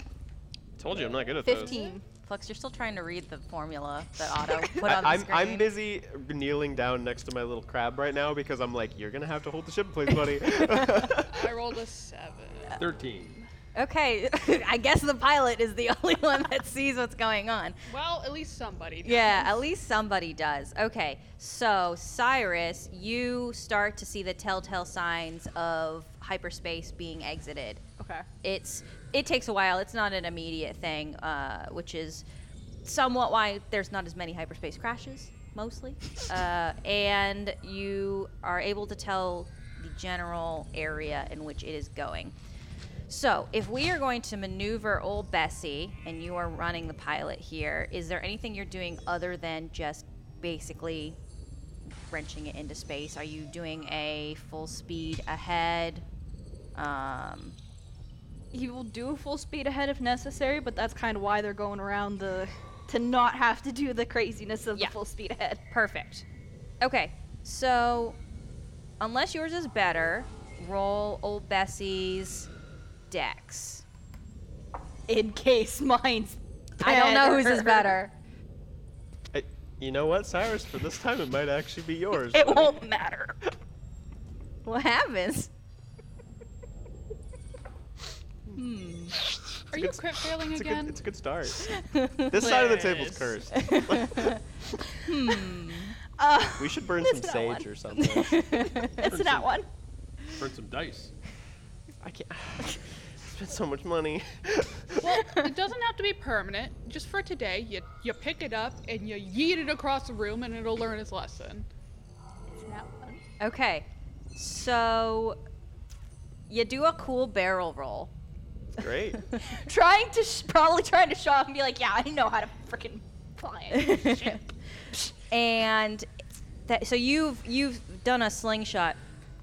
S6: Told you I'm not good at those.
S5: Fifteen. Flux, you're still trying to read the formula that Otto put on the
S6: I, am
S5: screen.
S6: I'm busy kneeling down next to my little crab right now because I'm like, you're gonna have to hold the ship, please, buddy.
S8: I rolled a seven.
S9: Thirteen.
S5: Okay, I guess the pilot is the only one that sees what's going on.
S8: Well, at least somebody. Does.
S5: Yeah, at least somebody does. Okay, so Cyrus, you start to see the telltale signs of hyperspace being exited.
S3: Okay.
S5: It's it takes a while. It's not an immediate thing, uh, which is somewhat why there's not as many hyperspace crashes, mostly. Uh, and you are able to tell the general area in which it is going. So, if we are going to maneuver old Bessie and you are running the pilot here, is there anything you're doing other than just basically wrenching it into space? Are you doing a full speed ahead? Um,
S3: He will do full speed ahead if necessary, but that's kind of why they're going around the. to not have to do the craziness of
S5: Yeah.
S3: the full speed ahead.
S5: Perfect. Okay, so unless yours is better, roll old Bessie's dex.
S3: In case mine's.
S5: I don't know whose is
S3: better.
S5: better.
S6: I- you know what, Cyrus? For this time, it might actually be yours.
S3: It
S6: buddy.
S3: won't matter.
S5: What happens?
S8: Are you crit failing
S6: It's a, good,
S8: again?
S6: it's a good start. this side of the table's
S8: Liz.
S6: cursed.
S3: Uh,
S6: we should burn some sage or something.
S3: It's not one.
S9: Burn some dice.
S6: I can't. Spent so much money.
S8: Well, it doesn't have to be permanent. Just for today, you you pick it up and you yeet it across the room, and it'll learn its lesson.
S5: Okay, so you do a cool barrel roll.
S6: Great.
S3: Trying to, sh- probably trying to show off and be like, yeah, I know how to freaking fly. it."
S5: and that, so you've you've done a slingshot,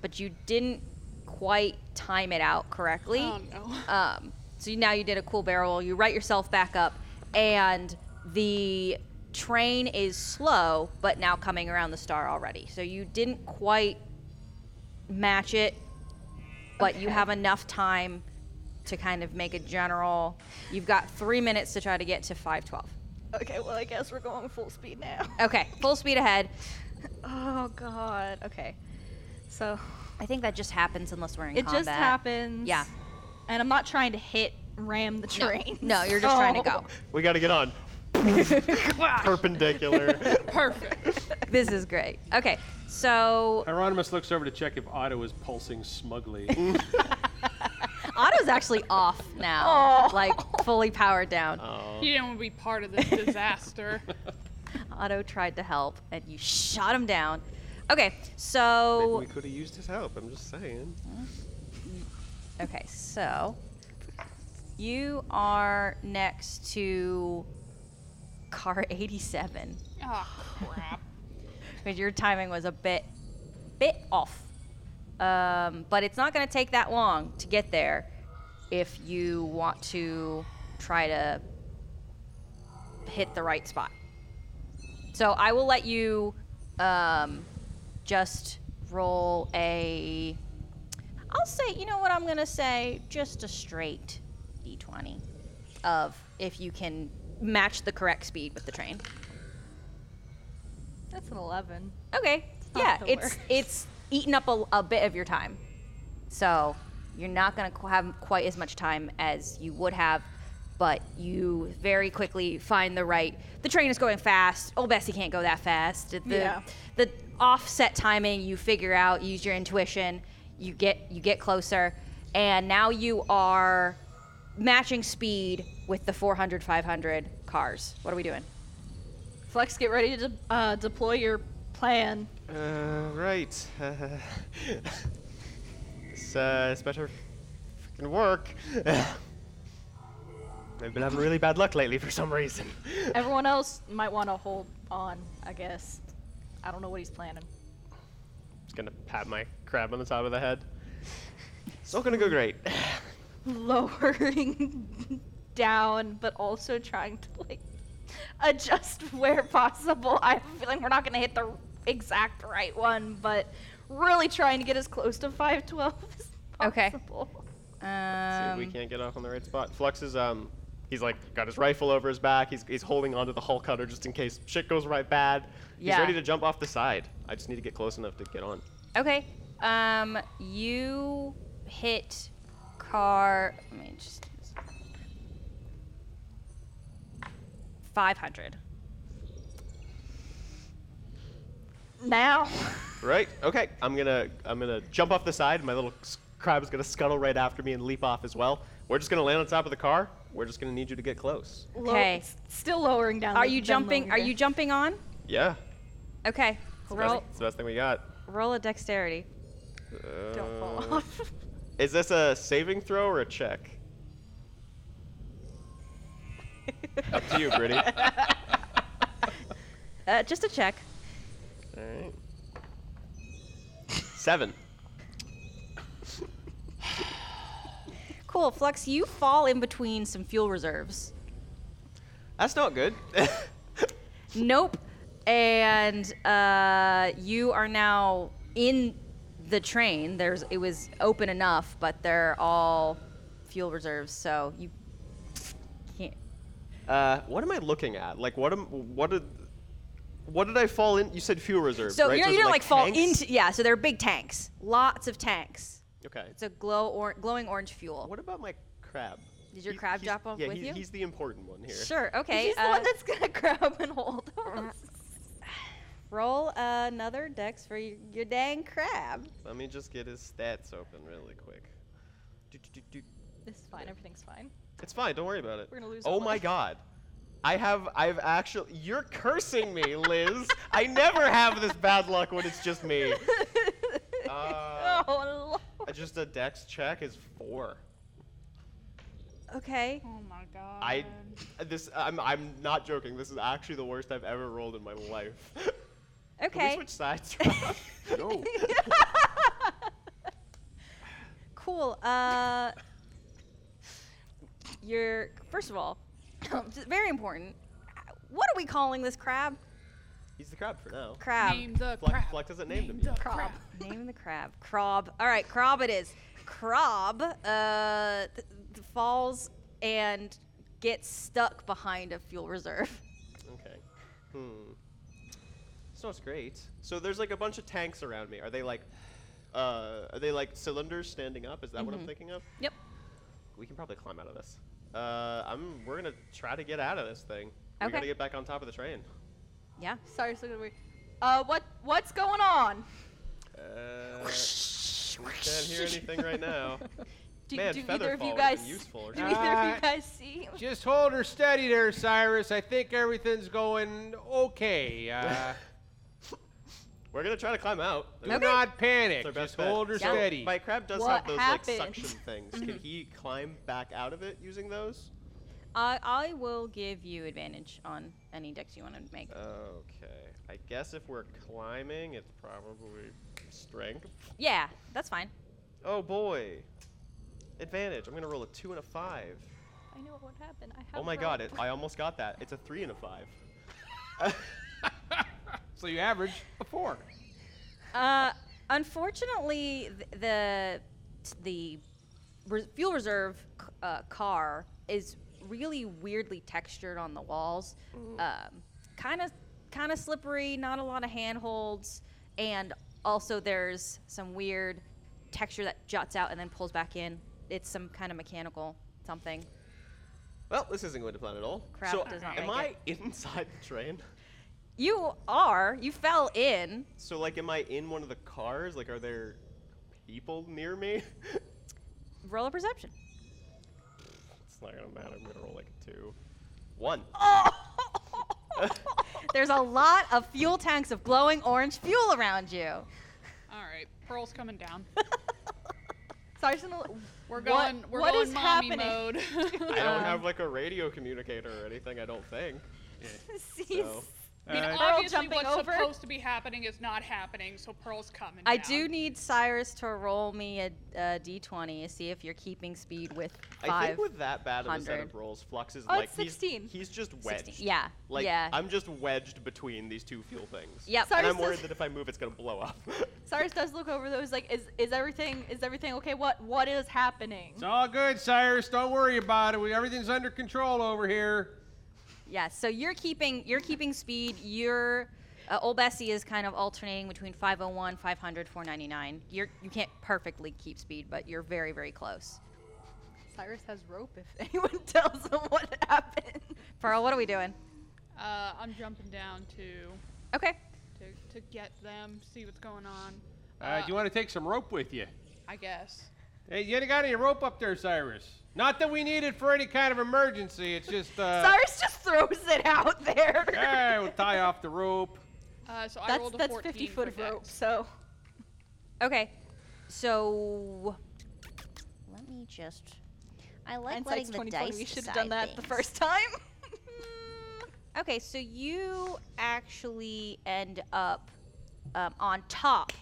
S5: but you didn't quite time it out correctly.
S8: Oh no.
S5: Um, so you- now you did a cool barrel. You write yourself back up, and the train is slow, but now coming around the star already. So you didn't quite match it, but you have enough time to kind of make a general. You've got three minutes to try to get to 512.
S3: okay, well, I guess we're going full speed now.
S5: Okay, full speed ahead.
S3: Oh, God. Okay. So
S5: I think that just happens unless we're in
S3: it
S5: combat.
S3: just happens.
S5: Yeah.
S3: And I'm not trying to hit, ram the train. Oh,
S5: No, you're just trying to go.
S6: we gotta get on. Perpendicular.
S8: Perfect.
S5: This is great. Okay, so
S9: Hieronymus looks over to check if Otto is pulsing smugly.
S5: Otto's actually off
S3: Oh.
S5: now, like fully powered down.
S6: Oh. Um,
S8: He didn't want to be part of this disaster.
S5: Otto tried to help, and you shot him down. Okay,
S6: Maybe
S5: so
S6: we could have used his help. I'm just saying.
S5: okay, so you are next to car 87
S8: oh crap.
S5: because your timing was a bit bit off. Um, but it's not going to take that long to get there if you want to try to hit the right spot. So I will let you um, just roll a. I'll say, you know what I'm going to say? Just a straight d20 of if you can match the correct speed with the train.
S3: That's an 11.
S5: Okay.
S3: not
S5: yeah,
S3: the
S5: it's
S3: worst.
S5: it's eaten up a, a bit of your time, so you're not gonna qu- have quite as much time as you would have. But you very quickly find the right. The train is going fast. Old Bessie can't go that fast. The
S3: Yeah.
S5: the offset timing you figure out. Use your intuition. You get you get closer, and now you are matching speed with the 400 500 cars. What are we doing?
S3: Flex, get ready to uh, deploy your plan.
S6: Uh, right. it's, uh, it's better freaking work. I've been having really bad luck lately for some reason.
S3: Everyone else might want to hold on, I guess. I don't know what he's planning.
S6: Just gonna pat my crab on the top of the head. It's not gonna go great.
S3: Lowering down, but also trying to like adjust where possible. I have a feeling we're not going to hit the exact right one, but really trying to get as close to 512 as
S5: Okay.
S3: possible. Okay.
S5: Um,
S6: See if we can't get off on the right spot. Flux is um, he's like got his rifle over his back. He's he's holding onto the hull cutter just in case shit goes right bad.
S5: Yeah.
S6: He's ready to jump off the side. I just need to get close enough to get on.
S5: Okay. Um, you hit car. Let me just. Five hundred.
S3: Now,
S6: Right? Okay. I'm gonna I'm gonna jump off the side. My little s- crab is gonna scuttle right after me and leap off as well. We're just gonna land on top of the car. We're just gonna need you to get close.
S3: low-
S5: Okay.
S3: s- still lowering down.
S5: Are
S3: like
S5: you
S3: been
S5: jumping?
S3: lowering
S5: Are
S3: down.
S5: you jumping on?
S6: Yeah.
S5: Okay.
S6: It's the best-
S5: Roll,
S6: it's the best thing we got.
S5: roll a dexterity.
S3: Don't fall
S6: Uh,
S3: off.
S6: Is this a saving throw or a check? Up to you, Brittany.
S5: Uh, just a check.
S6: Alright. Seven.
S5: Cool, Flux. You fall in between some fuel reserves.
S6: That's not good.
S5: Nope. And uh, you are now in the train. There's it was open enough, but they're all fuel reserves, so you can't.
S6: uh, what am I looking at? Like, what am what did what did I fall in? You said fuel reserve,
S5: So
S6: right?
S5: you're,
S6: is
S5: you
S6: it
S5: don't like, fall
S6: tanks?
S5: into. Yeah, so they're big tanks, lots of tanks.
S6: Okay.
S5: It's a glow or glowing orange fuel.
S6: What about my crab?
S5: Did your crab
S6: he's-
S5: drop off
S6: yeah,
S5: with
S6: he's,
S5: you?
S6: he's the important one here.
S5: Sure. Okay.
S3: He's the
S5: uh,
S3: one that's gonna grab and hold us.
S5: roll another dex for your, your dang crab.
S6: Let me just get his stats open really quick. Do, do, do, do.
S3: This is fine. Everything's fine.
S6: It's fine. Don't worry about it.
S3: We're gonna lose
S6: Oh
S3: all
S6: my
S3: of-
S6: god. I have. I've actually. You're cursing me, Liz. I never have this bad luck when it's just me. Uh,
S3: Oh,
S6: Just a dex check is four.
S5: Okay.
S8: Oh my god.
S6: I. This. I'm. I'm not joking. This is actually the worst I've ever rolled in my life. Can we
S5: Okay.
S6: switch sides? Rob?
S9: No.
S5: Cool. Uh, your first of all, just very important. What are we calling this crab?
S6: He's the crab for now.
S5: Crab.
S6: um,
S8: Name the
S6: Fleck,
S8: crap.
S6: Fleck hasn't named him
S8: The
S6: yet.
S8: crap.
S5: Name the crab. Crob. All right, Crob it is. Crob uh, th- th- falls and gets stuck behind a fuel reserve.
S6: Okay. Hmm. This not great. So there's like a bunch of tanks around me. Are they like, uh, are they like cylinders standing up? Is that
S5: Mm-hmm.
S6: what I'm thinking of?
S5: Yep.
S6: We can probably climb out of this. Uh, I'm. We're gonna try to get out of this thing. We
S5: Okay.
S6: gotta get back on top of the train.
S5: Yeah.
S3: sorry, so weird. Uh, what what's going on?
S6: Uh, we can't hear anything right now.
S3: Do,
S6: Man,
S3: do
S6: feather
S3: either of
S6: fall
S3: you
S6: would've
S3: guys
S6: been useful or
S3: do
S6: something.
S3: either of
S9: Uh,
S3: you guys see?
S9: Just hold her steady there, Cyrus. I think everything's going okay. Uh,
S6: We're gonna try to climb out.
S9: do not panic.
S6: That's our best
S9: Just
S6: bet.
S9: hold her
S6: So,
S9: steady.
S6: My crab does have
S3: What
S6: those
S3: happened?
S6: like suction things.
S5: Mm-hmm.
S6: Can he climb back out of it using those?
S5: I I will give you advantage on any decks you want to make.
S6: Uh. Okay. I guess if we're climbing, it's probably strength.
S5: yeah, that's fine.
S6: Oh boy. Advantage. I'm gonna roll a two and a five.
S3: I know what happened. I have
S6: Oh my
S3: rope.
S6: god, it, I almost got that. It's a three and a five.
S9: so you average a four.
S5: Uh, unfortunately, th- the the re- fuel reserve c- uh, car is really weirdly textured on the walls. Kind of, kind of slippery. Not a lot of handholds, and also there's some weird texture that juts out and then pulls back in. It's some kind of mechanical something.
S6: Well, this isn't going to plan at all.
S5: Crap
S6: so,
S5: does not
S6: am I
S5: make
S6: inside the train?
S5: You are. You fell in.
S6: So, like, am I in one of the cars? Like, are there people near me?
S5: Roll a perception.
S6: it's not gonna matter. I'm gonna roll like a two, one.
S5: There's a lot of fuel tanks of glowing orange fuel around you.
S8: All right, Pearl's coming down.
S3: Sarsenal,
S8: We're
S3: What-
S8: going. we're
S3: what
S8: going
S3: is
S8: mommy
S3: happening?
S8: mode.
S6: I don't have like a radio communicator or anything. I don't think. So,
S8: I mean,
S4: Uh,
S8: obviously,
S3: jumping
S8: what's
S3: over?
S8: supposed to be happening is not happening, so Pearl's coming.
S5: I
S8: down.
S5: do need Cyrus to roll me a, a d20 to see if you're keeping speed with five.
S6: I think with that bad of a set
S5: 500.
S6: of rolls, Flux is
S3: Oh,
S6: like
S3: it's
S6: he's-
S3: 16.
S6: He's, just wedged.
S5: 16. Yeah.
S6: Like
S5: yeah.
S6: I'm just wedged between these two fuel things.
S5: Yep.
S6: And
S3: Cyrus
S6: I'm worried
S3: does-
S6: that if I move, it's gonna blow up.
S3: Cyrus does look over those like, is is everything is everything okay? What what is happening?
S4: It's all good, Cyrus. Don't worry about it. We, everything's under control over here.
S5: Yeah, so you're keeping you're keeping speed. You're uh, old Bessie is kind of alternating between 501, 500, 499. You're you can't perfectly keep speed, but you're very very close.
S3: Cyrus has rope if anyone tells him what happened.
S5: Pearl, what are we doing?
S8: Uh, I'm jumping down to,
S5: Okay.
S8: to to get them, see what's going on.
S4: Uh, do you want to take some rope with you?
S8: I guess.
S4: Hey, you ain't got any rope up there, Cyrus. Not that we need it for any kind of emergency. It's just, uh,
S3: Cyrus just throws it out there.
S4: hey, we'll tie off the rope.
S8: Uh, so I
S3: that's
S8: rolled a
S3: that's
S8: 14
S3: 50
S8: for
S3: foot of rope.
S8: dex.
S3: So
S5: Okay. So let me just I like
S3: hindsight's 20/20, we should have done that the first time.
S5: Mm, Okay, so you actually end up um, on top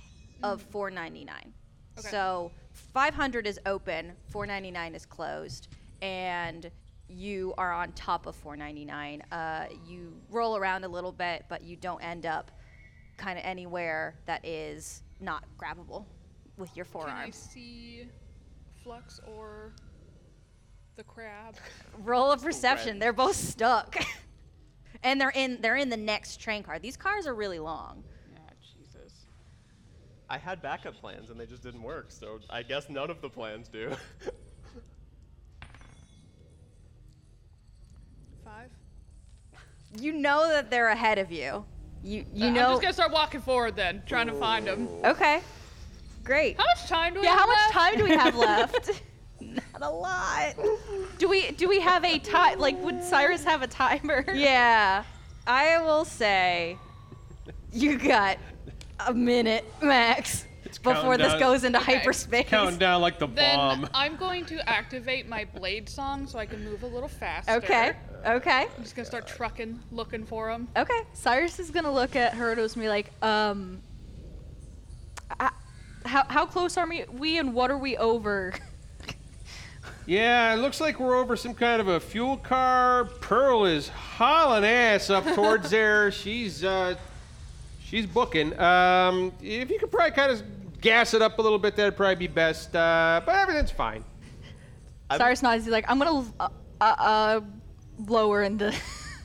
S5: of 499.
S8: Okay.
S5: So 500 is open, 499 is closed, and you are on top of 499. Uh, you roll around a little bit, but you don't end up kind of anywhere that is not grabbable with your
S8: Can I
S5: forearms.
S8: see Flux or the crab?
S5: Roll of perception. They're both stuck. and they're in they're in the next train car. These cars are really long.
S8: Yeah, Jesus.
S6: I had backup plans and they just didn't work. So I guess none of the plans do.
S8: Five.
S5: You know that they're ahead of you. You you
S8: Uh,
S5: know
S8: I'm just gonna start walking forward then, trying to find
S4: Oh.
S8: them.
S5: Okay. Great.
S8: How much time do we
S3: yeah,
S8: have
S3: how much
S8: left?
S3: time do we have left?
S5: Not a lot.
S3: do we do we have a time? Like, would Cyrus have a timer?
S5: yeah. I will say you got a minute max before this
S4: countdown.
S5: goes into
S8: Okay.
S5: hyperspace.
S4: Counting down like the
S8: Then
S4: bomb.
S8: I'm going to activate my blade song so I can move a little faster.
S5: Okay. Okay.
S8: I'm just gonna start trucking, looking for them.
S5: Okay.
S3: Cyrus is gonna look at Herodos and be like, um, I- how how close are we? We and what are we over?
S4: Yeah, it looks like we're over some kind of a fuel car. Pearl is hauling ass up towards there. She's uh, she's booking. Um, if you could probably kind of gas it up a little bit, that'd probably be best. Uh, but everything's fine.
S6: I'm-
S3: Cyrus nods. He's like, I'm gonna uh, uh, uh lower in the,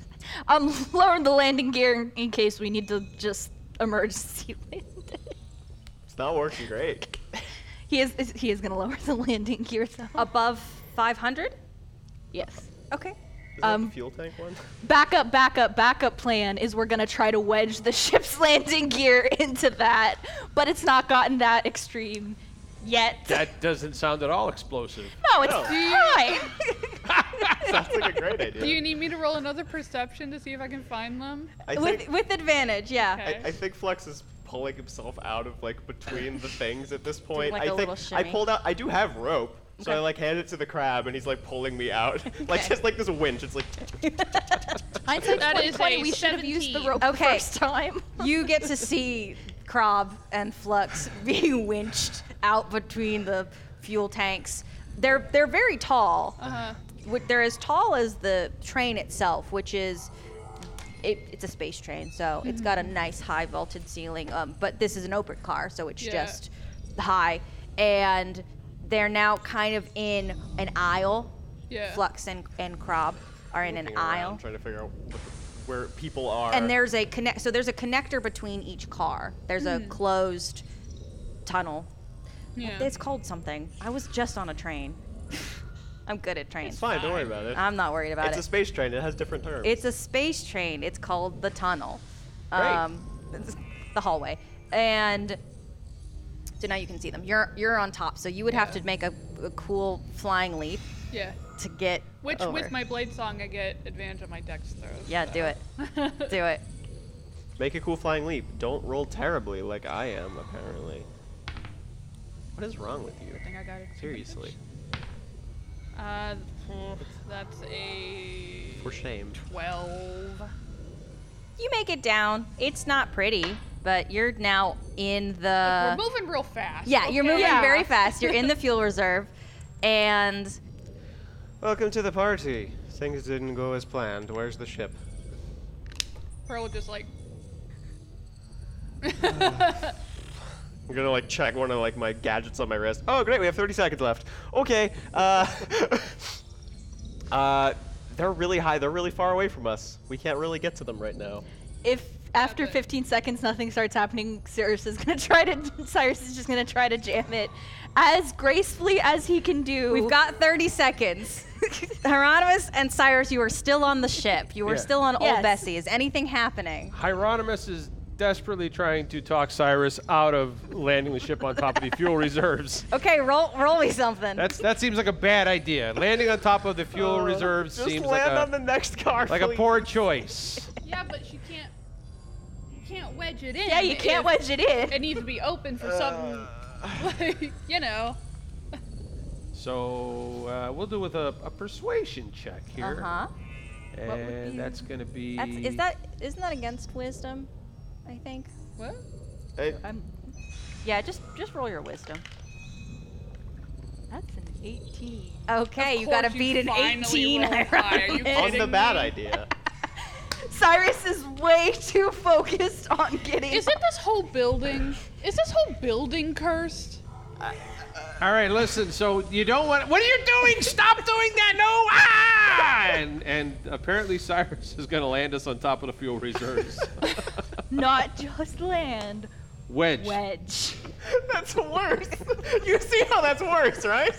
S3: I'm lowering the landing gear in, in case we need to just emergency land.
S6: it's not working great.
S3: he is is- he is gonna lower the landing gear though.
S5: Above 500?
S3: Oh, yes.
S5: Okay.
S6: Is that
S3: Um,
S6: the fuel tank one?
S3: Backup, backup, backup plan is we're gonna try to wedge the ship's landing gear into that, but it's not gotten that extreme yet.
S4: That doesn't sound at all explosive.
S3: no, it's fine.
S6: Sounds like a great idea.
S8: Do you need me to roll another perception to see if I can find them?
S6: I think,
S5: With with advantage, yeah.
S8: Okay.
S6: I, I think Flex is pulling himself out of like between the things at this point.
S5: like
S6: I
S5: a
S6: think
S5: little shimmy.
S6: I pulled out. I do have rope, so I
S5: Okay.
S6: like hand it to the crab, and he's like pulling me out, like just like this winch. It's like
S3: Hindsight
S8: That is
S3: 2020,
S8: a
S3: we should have used the
S8: 17.
S3: rope
S5: Okay.
S3: the first time.
S5: you get to see Krob and Flux being winched out between the fuel tanks. They're they're very tall. Uh-huh. They're as tall as the train itself, which is it, it's a space train, so it's got
S8: Mm-hmm.
S5: a nice high vaulted ceiling. Um, but this is an open car, so it's
S8: Yeah.
S5: just high, and they're now kind of in an aisle
S8: Yeah.
S5: Flux and, and Krob are in an
S6: Looking around,
S5: aisle.
S6: Trying to figure out what the, where people are.
S5: And there's a connect. So there's a connector between each car. There's a closed tunnel.
S8: Mm-hmm. Yeah.
S5: It's called something. I was just on a train. I'm good at trains.
S6: It's fine. Don't worry about it.
S5: I'm not worried about
S6: it's
S5: it.
S6: a space train. It has different terms.
S5: It's a space train. It's called the tunnel. Um,
S6: Great.
S5: it's the hallway. And so now you can see them. You're you're on top, so you would have to make a, a cool flying leap
S8: Yeah.
S5: to get
S8: Which
S5: over.
S8: with my blade song I get advantage on my dex throws.
S5: Yeah, do it. Do it.
S6: Make a cool flying leap. Don't roll terribly like I am apparently. What is wrong with you?
S8: I think I got it.
S6: Seriously.
S8: Uh, that's a
S6: For shame.
S8: twelve.
S5: You make it down. It's not pretty, but you're now in the
S8: We're moving real fast.
S5: Uh, Yeah, you're
S8: okay?
S5: moving very fast. You're in the fuel reserve. And
S6: Welcome to the party. Things didn't go as planned. Where's the ship?
S8: Pearl just like
S6: I'm gonna like check one of like my gadgets on my wrist. Oh great, we have 30 seconds left. Okay. Uh, uh, they're really high. They're really far away from us. We can't really get to them right now.
S3: If after 15 seconds nothing starts happening, Cyrus is gonna try to. Cyrus is just gonna try to jam it as gracefully as he can do.
S5: We've got 30 seconds. Hieronymus and Cyrus, you are still on the ship. You are
S4: Yeah.
S5: still on
S3: Yes.
S5: Old Bessie. Is anything happening?
S4: Hieronymus is desperately trying to talk Cyrus out of landing the ship on top of the fuel reserves.
S5: Okay, roll roll me something.
S4: That's that seems like a bad idea. Landing on top of the fuel reserves
S6: Oh, Uh, Just
S4: seems like
S6: land on
S4: a,
S6: the next car.
S4: like a
S6: please.
S4: poor choice.
S8: yeah, but you can't you can't wedge it in.
S3: yeah, you can't
S8: if
S3: wedge it in.
S8: It needs to be open for something.
S6: Uh.
S8: Like, you know.
S4: So uh, we'll do with a, a persuasion check here,
S5: Uh-huh. would
S4: and
S5: be-
S4: that's going to be.
S5: That's is that isn't that against wisdom? I think.
S8: What?
S6: Hey,
S5: Yeah, just just roll your wisdom.
S3: That's an 18.
S5: Okay, you gotta
S8: course you
S5: beat an
S8: finally
S5: 18.
S8: rolled high. Are you
S5: Hieronymus.
S6: on
S8: kidding
S6: the bad
S8: me?
S6: idea.
S3: Cyrus is way too focused on getting.
S8: Isn't this whole building is this whole building cursed?
S4: All right, listen. So you don't want. What are you doing? Stop doing that! No! Ah! And and apparently Cyrus is going to land us on top of the fuel reserves.
S3: Not just land,
S4: Wedge.
S3: wedge.
S6: that's worse. you see how that's worse, right?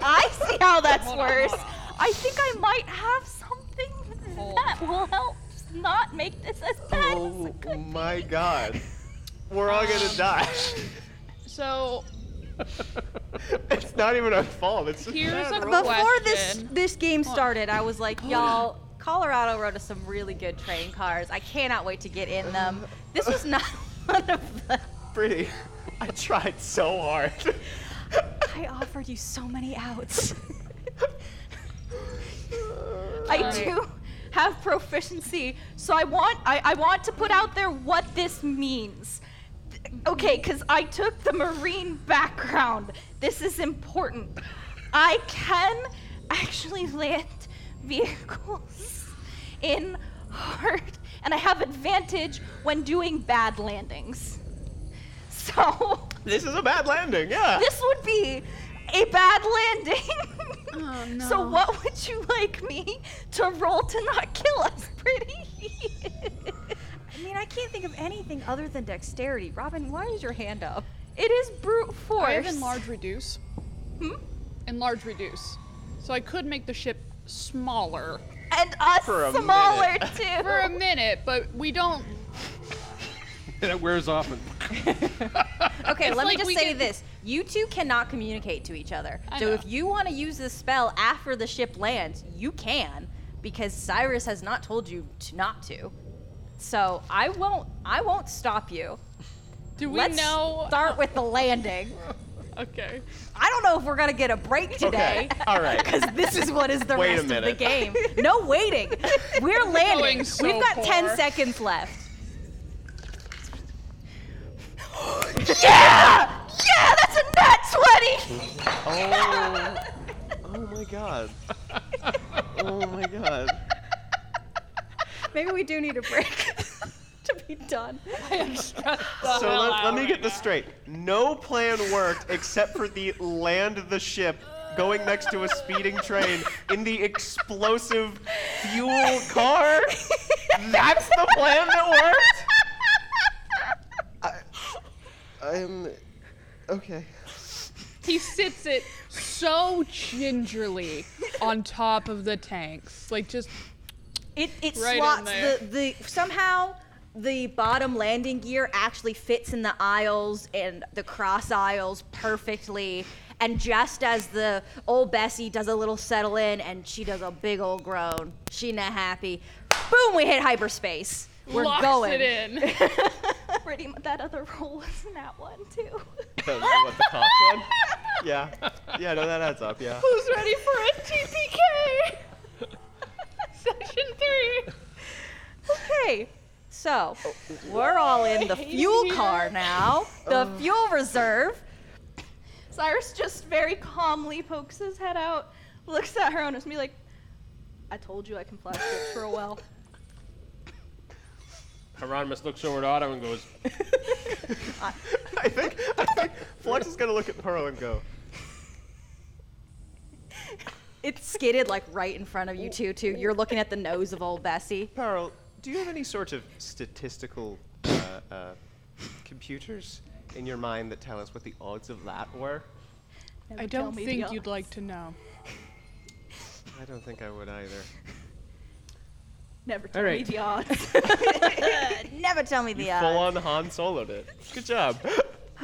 S3: I see how that's
S8: Hold on, hold
S3: worse.
S8: on.
S3: I think I might have something
S8: Hold
S3: that will help not make this as bad as it
S6: Oh
S3: could.
S6: my god. We're all gonna die.
S8: So
S6: it's not even our fault. It's just
S8: Here's
S6: bad
S8: a
S6: roll.
S8: bu-
S5: Before this
S8: Question.
S5: this game started, I was like, y'all, Colorado rode us some really good train cars. I cannot wait to get in them. This was not one of the
S6: pretty. I tried so hard.
S5: I offered you so many outs.
S3: I do have proficiency, so I want I, I want to put out there what this means. Th- Okay, because I took the marine background. This is important. I can actually land vehicles in hard, and I have advantage when doing bad landings. So
S6: this is a bad landing, yeah.
S3: this would be a bad landing.
S5: Oh,
S3: So what would you like me to roll to not kill us, pretty?
S5: I mean, I can't think of anything other than dexterity. Robin, why is your hand up?
S3: it is brute force.
S8: I have enlarge reduce.
S3: Hmm?
S8: Enlarge reduce. So I could make the ship smaller
S3: and us
S6: For a
S3: smaller
S6: minute.
S3: too.
S8: for a minute, but we don't
S4: And it wears off. And
S5: Okay,
S8: It's
S5: let
S8: like
S5: me just
S8: we
S5: say
S8: get-
S5: this. You two cannot communicate to each other.
S8: I
S5: so
S8: know.
S5: if you want to use this spell after the ship lands, you can because Cyrus has not told you to not to. So, I won't I won't stop you.
S8: do we
S5: Let's
S8: know
S5: start with the landing.
S8: Okay.
S5: I don't know if we're gonna get a break today.
S6: All right.
S5: Because this is what is the
S6: Wait a
S5: rest of the
S6: minute.
S5: game. No waiting. We're landing.
S8: Going so
S5: We've got 10
S8: far.
S5: seconds left.
S3: yeah! Yeah, that's a nat 20!
S6: Oh. oh my god. Oh my god.
S5: Maybe we do need a break to be done.
S6: So let, let me get this straight. No plan worked except for the land the ship going next to a speeding train in the explosive fuel car? That's the plan that worked?
S11: I'm okay.
S8: He sits it so gingerly on top of the tanks. Like, just.
S5: It it
S8: Right in
S5: slots
S8: there.
S5: the the somehow the bottom landing gear actually fits in the aisles and the cross aisles perfectly. And just as the old Bessie does a little settle in and she does a big old groan, she not happy. Boom! We hit hyperspace. We're
S8: locks
S5: going.
S8: it in.
S12: Pretty mu- that other roll was in that one too.
S6: The- what, the top one? Yeah. Yeah, no, that adds up, yeah.
S8: Who's ready for a TPK? Session three.
S5: Okay, so we're all in the fuel car now, the
S8: Oh.
S5: fuel reserve.
S12: Cyrus just very calmly pokes his head out, looks at her and is me like, "I told you I can fly ships for a while."
S4: Hieronymus looks over to Otto and goes,
S6: I think, I think Flux is going to look at Pearl and go,
S5: It skidded like right in front of you two, too. You're looking at the nose of old Bessie.
S6: Pearl, do you have any sort of statistical uh, uh, computers in your mind that tell us what the odds of that were?
S8: I don't think you'd like to know.
S6: I don't think I would either.
S12: Never tell me
S4: right.
S12: the odds.
S5: Never tell me the
S6: Full
S5: odds.
S6: on Han Soloed it. Good job.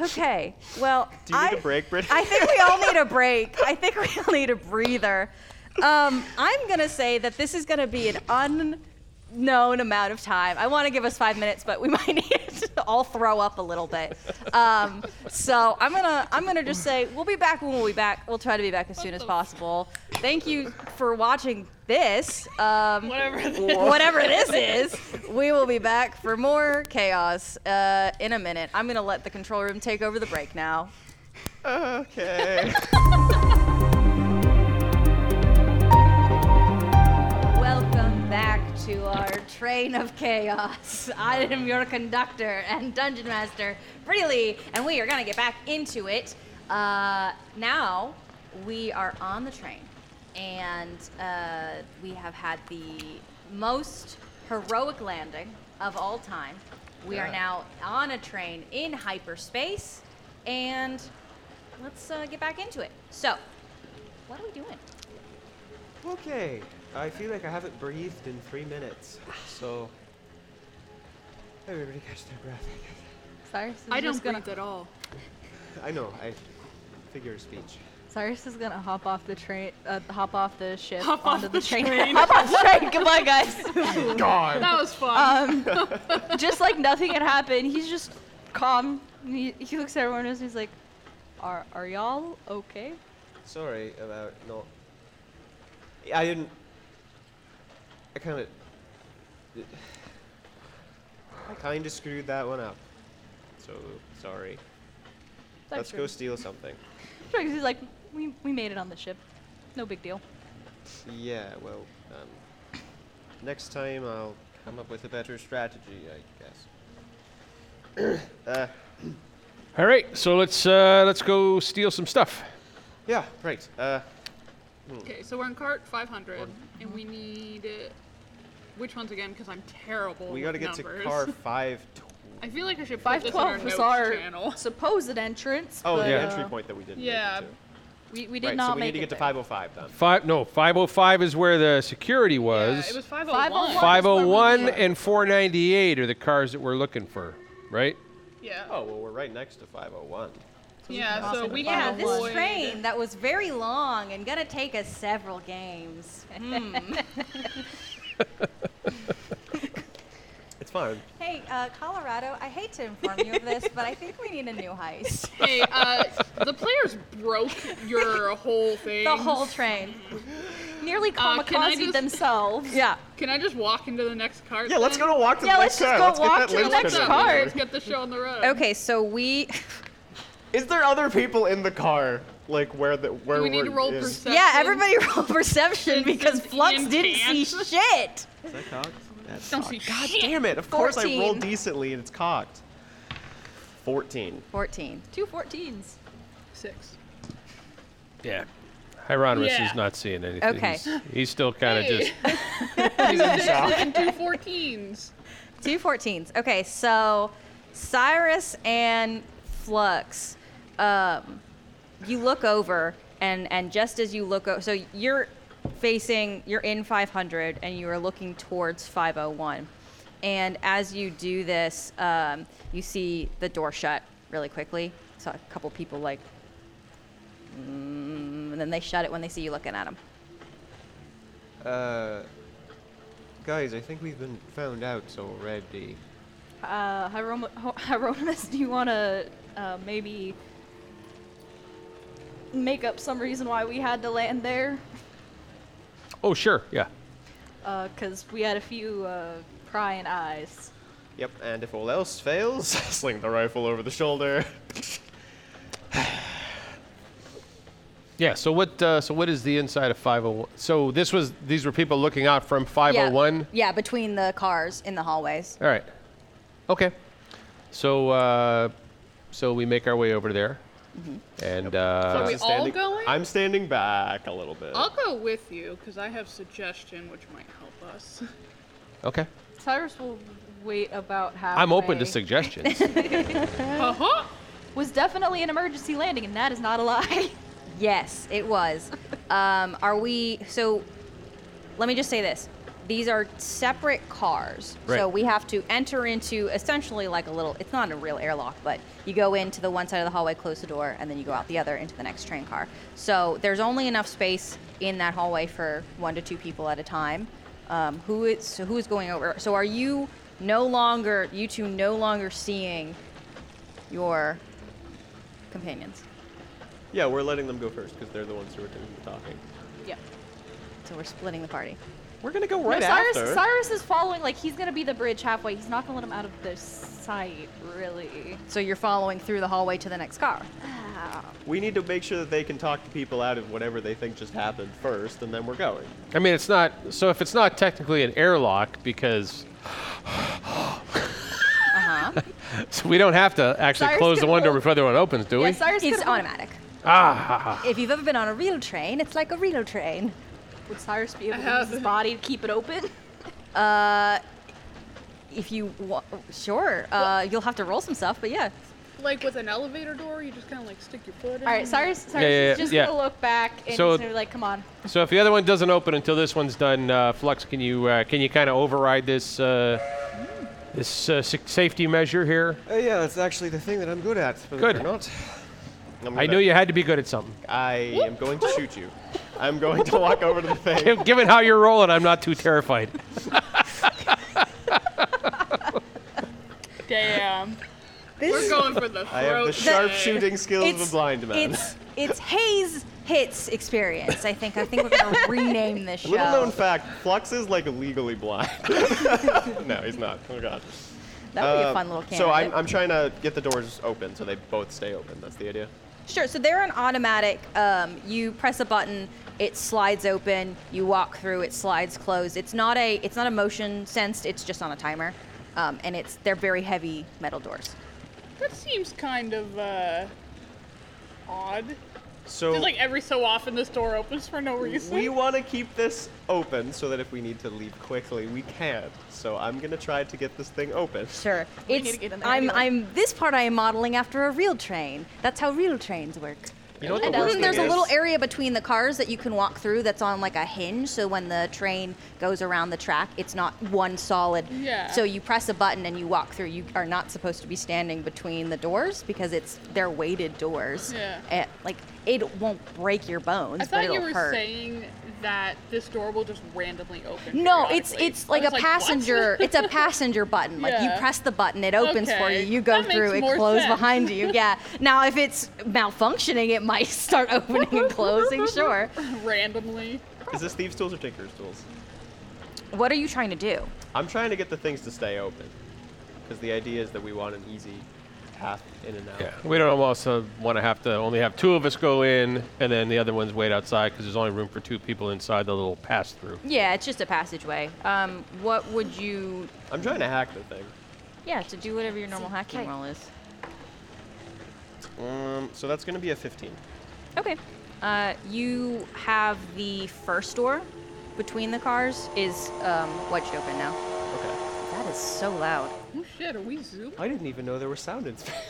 S5: Okay, well,
S6: Do you
S5: I,
S6: need a break, Brittany?
S5: I think we all need a break. I think we all need a breather. Um, I'm going to say that this is going to be an unknown amount of time. I want to give us five minutes, but we might need to all throw up a little bit. Um, so I'm going to I'm gonna just say we'll be back when we'll be back. We'll try to be back as soon as possible. Thank you for watching this. Um,
S8: Whatever. the-
S5: whatever this is, we will be back for more chaos uh, in a minute. I'm going to let the control room take over the break now.
S6: okay.
S5: Welcome back to our train of chaos. I am your conductor and dungeon master, Pretty Lee, and we are going to get back into it. Uh, now we are on the train, and uh, we have had the most heroic landing of all time. We are now on a train in hyperspace, and let's uh, get back into it. So, what are we doing?
S11: Okay. I feel like I haven't breathed in three minutes, so everybody catch their breath.
S3: Cyrus is
S8: I
S3: just
S8: don't
S3: gonna
S8: breathe at all.
S11: I know. I figure of speech.
S3: Cyrus is gonna hop off the train, uh, hop off the ship
S8: Hop off
S3: onto the,
S8: the
S3: train.
S8: train.
S3: hop off the train. Goodbye, guys. Um,
S8: That was fun.
S3: Uh, just like nothing had happened. He's just calm. and He, he looks at everyone else and he's like, "Are are y'all okay?"
S11: Sorry about not. I didn't. I kind of. I kind of screwed that one up. So sorry. Let's go steal something.
S3: Drugs. He's like, "We we made it on the ship. No big deal."
S11: Yeah. Well. Um, next time I'll come up with a better strategy, I Uh, guess.
S4: "All right, so let's uh, let's go steal some stuff."
S11: Yeah. Right. Uh,
S8: Okay, so we're in cart 500, and we need. uh, Which ones again? Because I'm terrible.
S11: we
S8: with
S11: gotta get
S8: numbers.
S11: to car five. Tw-
S8: I feel like I should put this on our
S12: 512
S8: notes
S12: was our
S8: channel.
S12: supposed entrance.
S6: Oh,
S12: but,
S6: the
S12: uh,
S6: entry point that we didn't. make it
S8: Yeah.
S6: to.
S3: We we did
S6: right,
S3: not
S6: so we
S3: make
S6: need to
S3: it.
S6: get to
S3: there.
S6: 505 then.
S4: Five no, five oh five is where the security
S8: Yeah,
S4: was.
S8: it was 501.
S12: 501.
S4: five oh one
S12: Yeah.
S4: and four ninety eight are the cars that we're looking for, right?
S8: Yeah.
S11: oh well, we're right next to 501.
S8: yeah, so we
S5: Yeah,
S8: can
S5: this
S8: avoid-
S5: train that was very long and gonna take us several games.
S11: It's fine.
S5: hey, uh, Colorado, I hate to inform you of this, but I think we need a new heist.
S8: Hey, uh, the players broke your whole thing.
S5: The whole train.
S12: nearly
S8: Uh, can I
S12: kamikaze
S8: just-
S12: themselves.
S5: Yeah.
S8: Can I just walk into the next cart?
S6: Yeah, let's
S8: then?
S6: go to walk to
S12: Yeah,
S6: the
S12: let's
S6: next
S12: just
S6: car.
S12: go
S6: let's
S12: walk
S6: get that
S12: to the
S6: linchpin
S12: next
S6: out of
S12: car.
S6: here.
S8: Let's get the show on the road.
S5: Okay, so we
S6: Is there other people in the car? Like where the where
S8: Do we need to
S6: we're-
S8: roll
S6: is-
S8: perception?
S5: yeah, everybody roll perception
S8: Since
S5: because
S8: it's
S5: Flux
S8: Ian
S5: didn't see
S8: Chance.
S5: shit.
S11: Is that cocked? That's
S8: Don't see God
S6: Damn it! Of course I
S12: 14.
S6: rolled decently and it's cocked. Fourteen.
S5: Fourteen.
S3: Two 14s.
S8: Six.
S4: Yeah. Hieronymus
S8: Yeah.
S4: is not seeing anything.
S5: Okay.
S4: He's, he's still kind of just.
S8: He's in two 14s.
S5: Two 14s. Okay, so Cyrus and Flux, um, you look over, and, and just as you look over, so you're facing, you're in 500, and you are looking towards 501. And as you do this, um, you see the door shut really quickly. Saw a couple people like, mm, and then they shut it when they see you looking at them.
S13: Uh, guys, I think we've been found out already.
S3: Uh, Hierom- Ho- Hieronymus, do you want to uh, maybe make up some reason why we had to land there?
S4: Oh, sure. Yeah.
S3: Because Uh, we had a few uh, prying eyes.
S6: Yep, and if all else fails, sling the rifle over the shoulder.
S4: Yeah. So what? Uh, so what is the inside of 501? So this was. These were people looking out from 501.
S5: Yeah, yeah, between the cars in the hallways.
S4: All right. Okay. So uh, so we make our way over there, and
S8: So
S4: uh,
S8: we all going?
S6: I'm standing back a little bit.
S8: I'll go with you because I have suggestion which might help us.
S4: okay.
S3: Cyrus will wait about half.
S4: I'm open to suggestions.
S8: Uh-huh.
S3: Was definitely an emergency landing, and that is not a lie.
S5: Yes, it was. um, are we? So, let me just say this: these are separate cars,
S4: Right.
S5: so we have to enter into essentially like a little. It's not a real airlock, but you go into the one side of the hallway, close the door, and then you go out the other into the next train car. So there's only enough space in that hallway for one to two people at a time. Um, who is so who is going over? So are you no longer you two no longer seeing your companions?
S6: Yeah, we're letting them go first because they're the ones who are doing the talking.
S5: So we're splitting the party.
S6: We're gonna go right
S3: no, Cyrus,
S6: after.
S3: Cyrus is following. Like he's gonna be the bridge halfway. He's not gonna let him out of their sight, really.
S5: So you're following through the hallway to the next car.
S6: We need to make sure that they can talk to people out of whatever they think just happened first, and then we're going.
S4: I mean, it's not. So if it's not technically an airlock, because
S5: Uh-huh.
S4: so we don't have to actually
S3: Cyrus
S4: close the
S3: can
S4: one door
S3: hold-
S4: before the one opens, do we?
S3: Yeah, Cyrus
S5: it's
S3: could hold-
S5: automatic.
S4: Ah. ha, ha.
S5: If you've ever been on a real train, it's like a real train.
S3: Would Cyrus be able to
S8: I
S3: use his
S8: haven't.
S3: body to keep it open?
S5: Uh, if you wa- sure, uh, you'll have to roll some stuff, but yeah.
S8: Like with an elevator door, you just kind of like stick your foot in.
S3: All right, Cyrus. Cyrus
S4: yeah,
S3: is just
S4: yeah.
S3: gonna look back and
S4: So-
S3: he's gonna be like, "Come on."
S4: So if the other one doesn't open until this one's done, uh, Flux, can you uh, can you kind of override this uh, this uh, sa- safety measure here?
S13: Uh, yeah, that's actually the thing that I'm good at. believe
S4: Good.
S13: it Or not.
S6: I'm
S4: I
S6: gonna-
S4: knew you had to be good at something.
S6: I am going to shoot you. I'm going to walk over to the thing.
S4: Giv- Given how you're rolling, I'm not too terrified.
S8: Damn.
S5: This
S8: We're going for the throat.
S6: I have the sharp shooting skills of a blind man.
S5: It's it's Hayes hits experience. I think I think we're gonna rename this show.
S6: Little known fact: Flux is like legally blind. no, he's not. Oh god.
S5: that would be
S6: Uh,
S5: a fun little candidate.
S6: So I'm, I'm trying to get the doors open so they both stay open. That's the idea.
S5: Sure. So they're an automatic. Um, you press a button, it slides open. You walk through, it slides closed. It's not a it's not a motion sensed. It's just on a timer, um, and it's they're very heavy metal doors.
S8: That seems kind of uh, odd.
S6: So
S8: Just like every so often this door opens for no reason.
S6: we want to keep this open so that if we need to leave quickly, we can. So I'm gonna try to get this thing open.
S5: Sure.
S3: need
S5: it's
S3: to get in there
S5: I'm
S3: anyway.
S5: I'm this part I am modeling after a real train. That's how real trains work.
S6: You know what
S5: And
S6: the worst
S5: then there's
S6: thing
S5: a
S6: is?
S5: little area between the cars that you can walk through that's on like a hinge. So when the train goes around the track, it's not one solid.
S8: Yeah.
S5: So you press a button and you walk through. You are not supposed to be standing between the doors because it's they're weighted doors.
S8: Yeah.
S5: Eh, like it won't break your bones,
S8: I
S5: but
S8: thought
S5: it'll
S8: you were
S5: hurt.
S8: saying that this door will just randomly open.
S5: No, it's
S8: periodically.
S5: it's
S8: I
S5: like
S8: was
S5: a
S8: what?
S5: passenger. it's a passenger button. Like you
S8: Yeah.
S5: press the button, it opens for you.
S8: Okay,
S5: You go
S8: that
S5: through,
S8: makes
S5: it
S8: more
S5: closes
S8: sense.
S5: behind you. Yeah. Now if it's malfunctioning, it might start opening and closing. Sure.
S8: randomly.
S6: Is this thieves' tools or tinker's tools?
S5: What are you trying to do?
S6: I'm trying to get the things to stay open because the idea is that we want an easy path in and out.
S4: Yeah. We don't also want to have to only have two of us go in, and then the other ones wait outside because there's only room for two people inside the little pass through.
S5: Yeah, it's just a passageway. Um, what would you?
S6: I'm trying to hack the thing.
S5: Yeah, to do whatever your normal hacking roll is.
S6: Um, so that's gonna be a 15.
S5: Okay. Uh, you have the first door between the cars is
S3: uh,
S5: um, wedged open now.
S6: Okay.
S5: That is so loud.
S8: Oh shit, are we zooming?
S6: I didn't even know there were sound inspectors.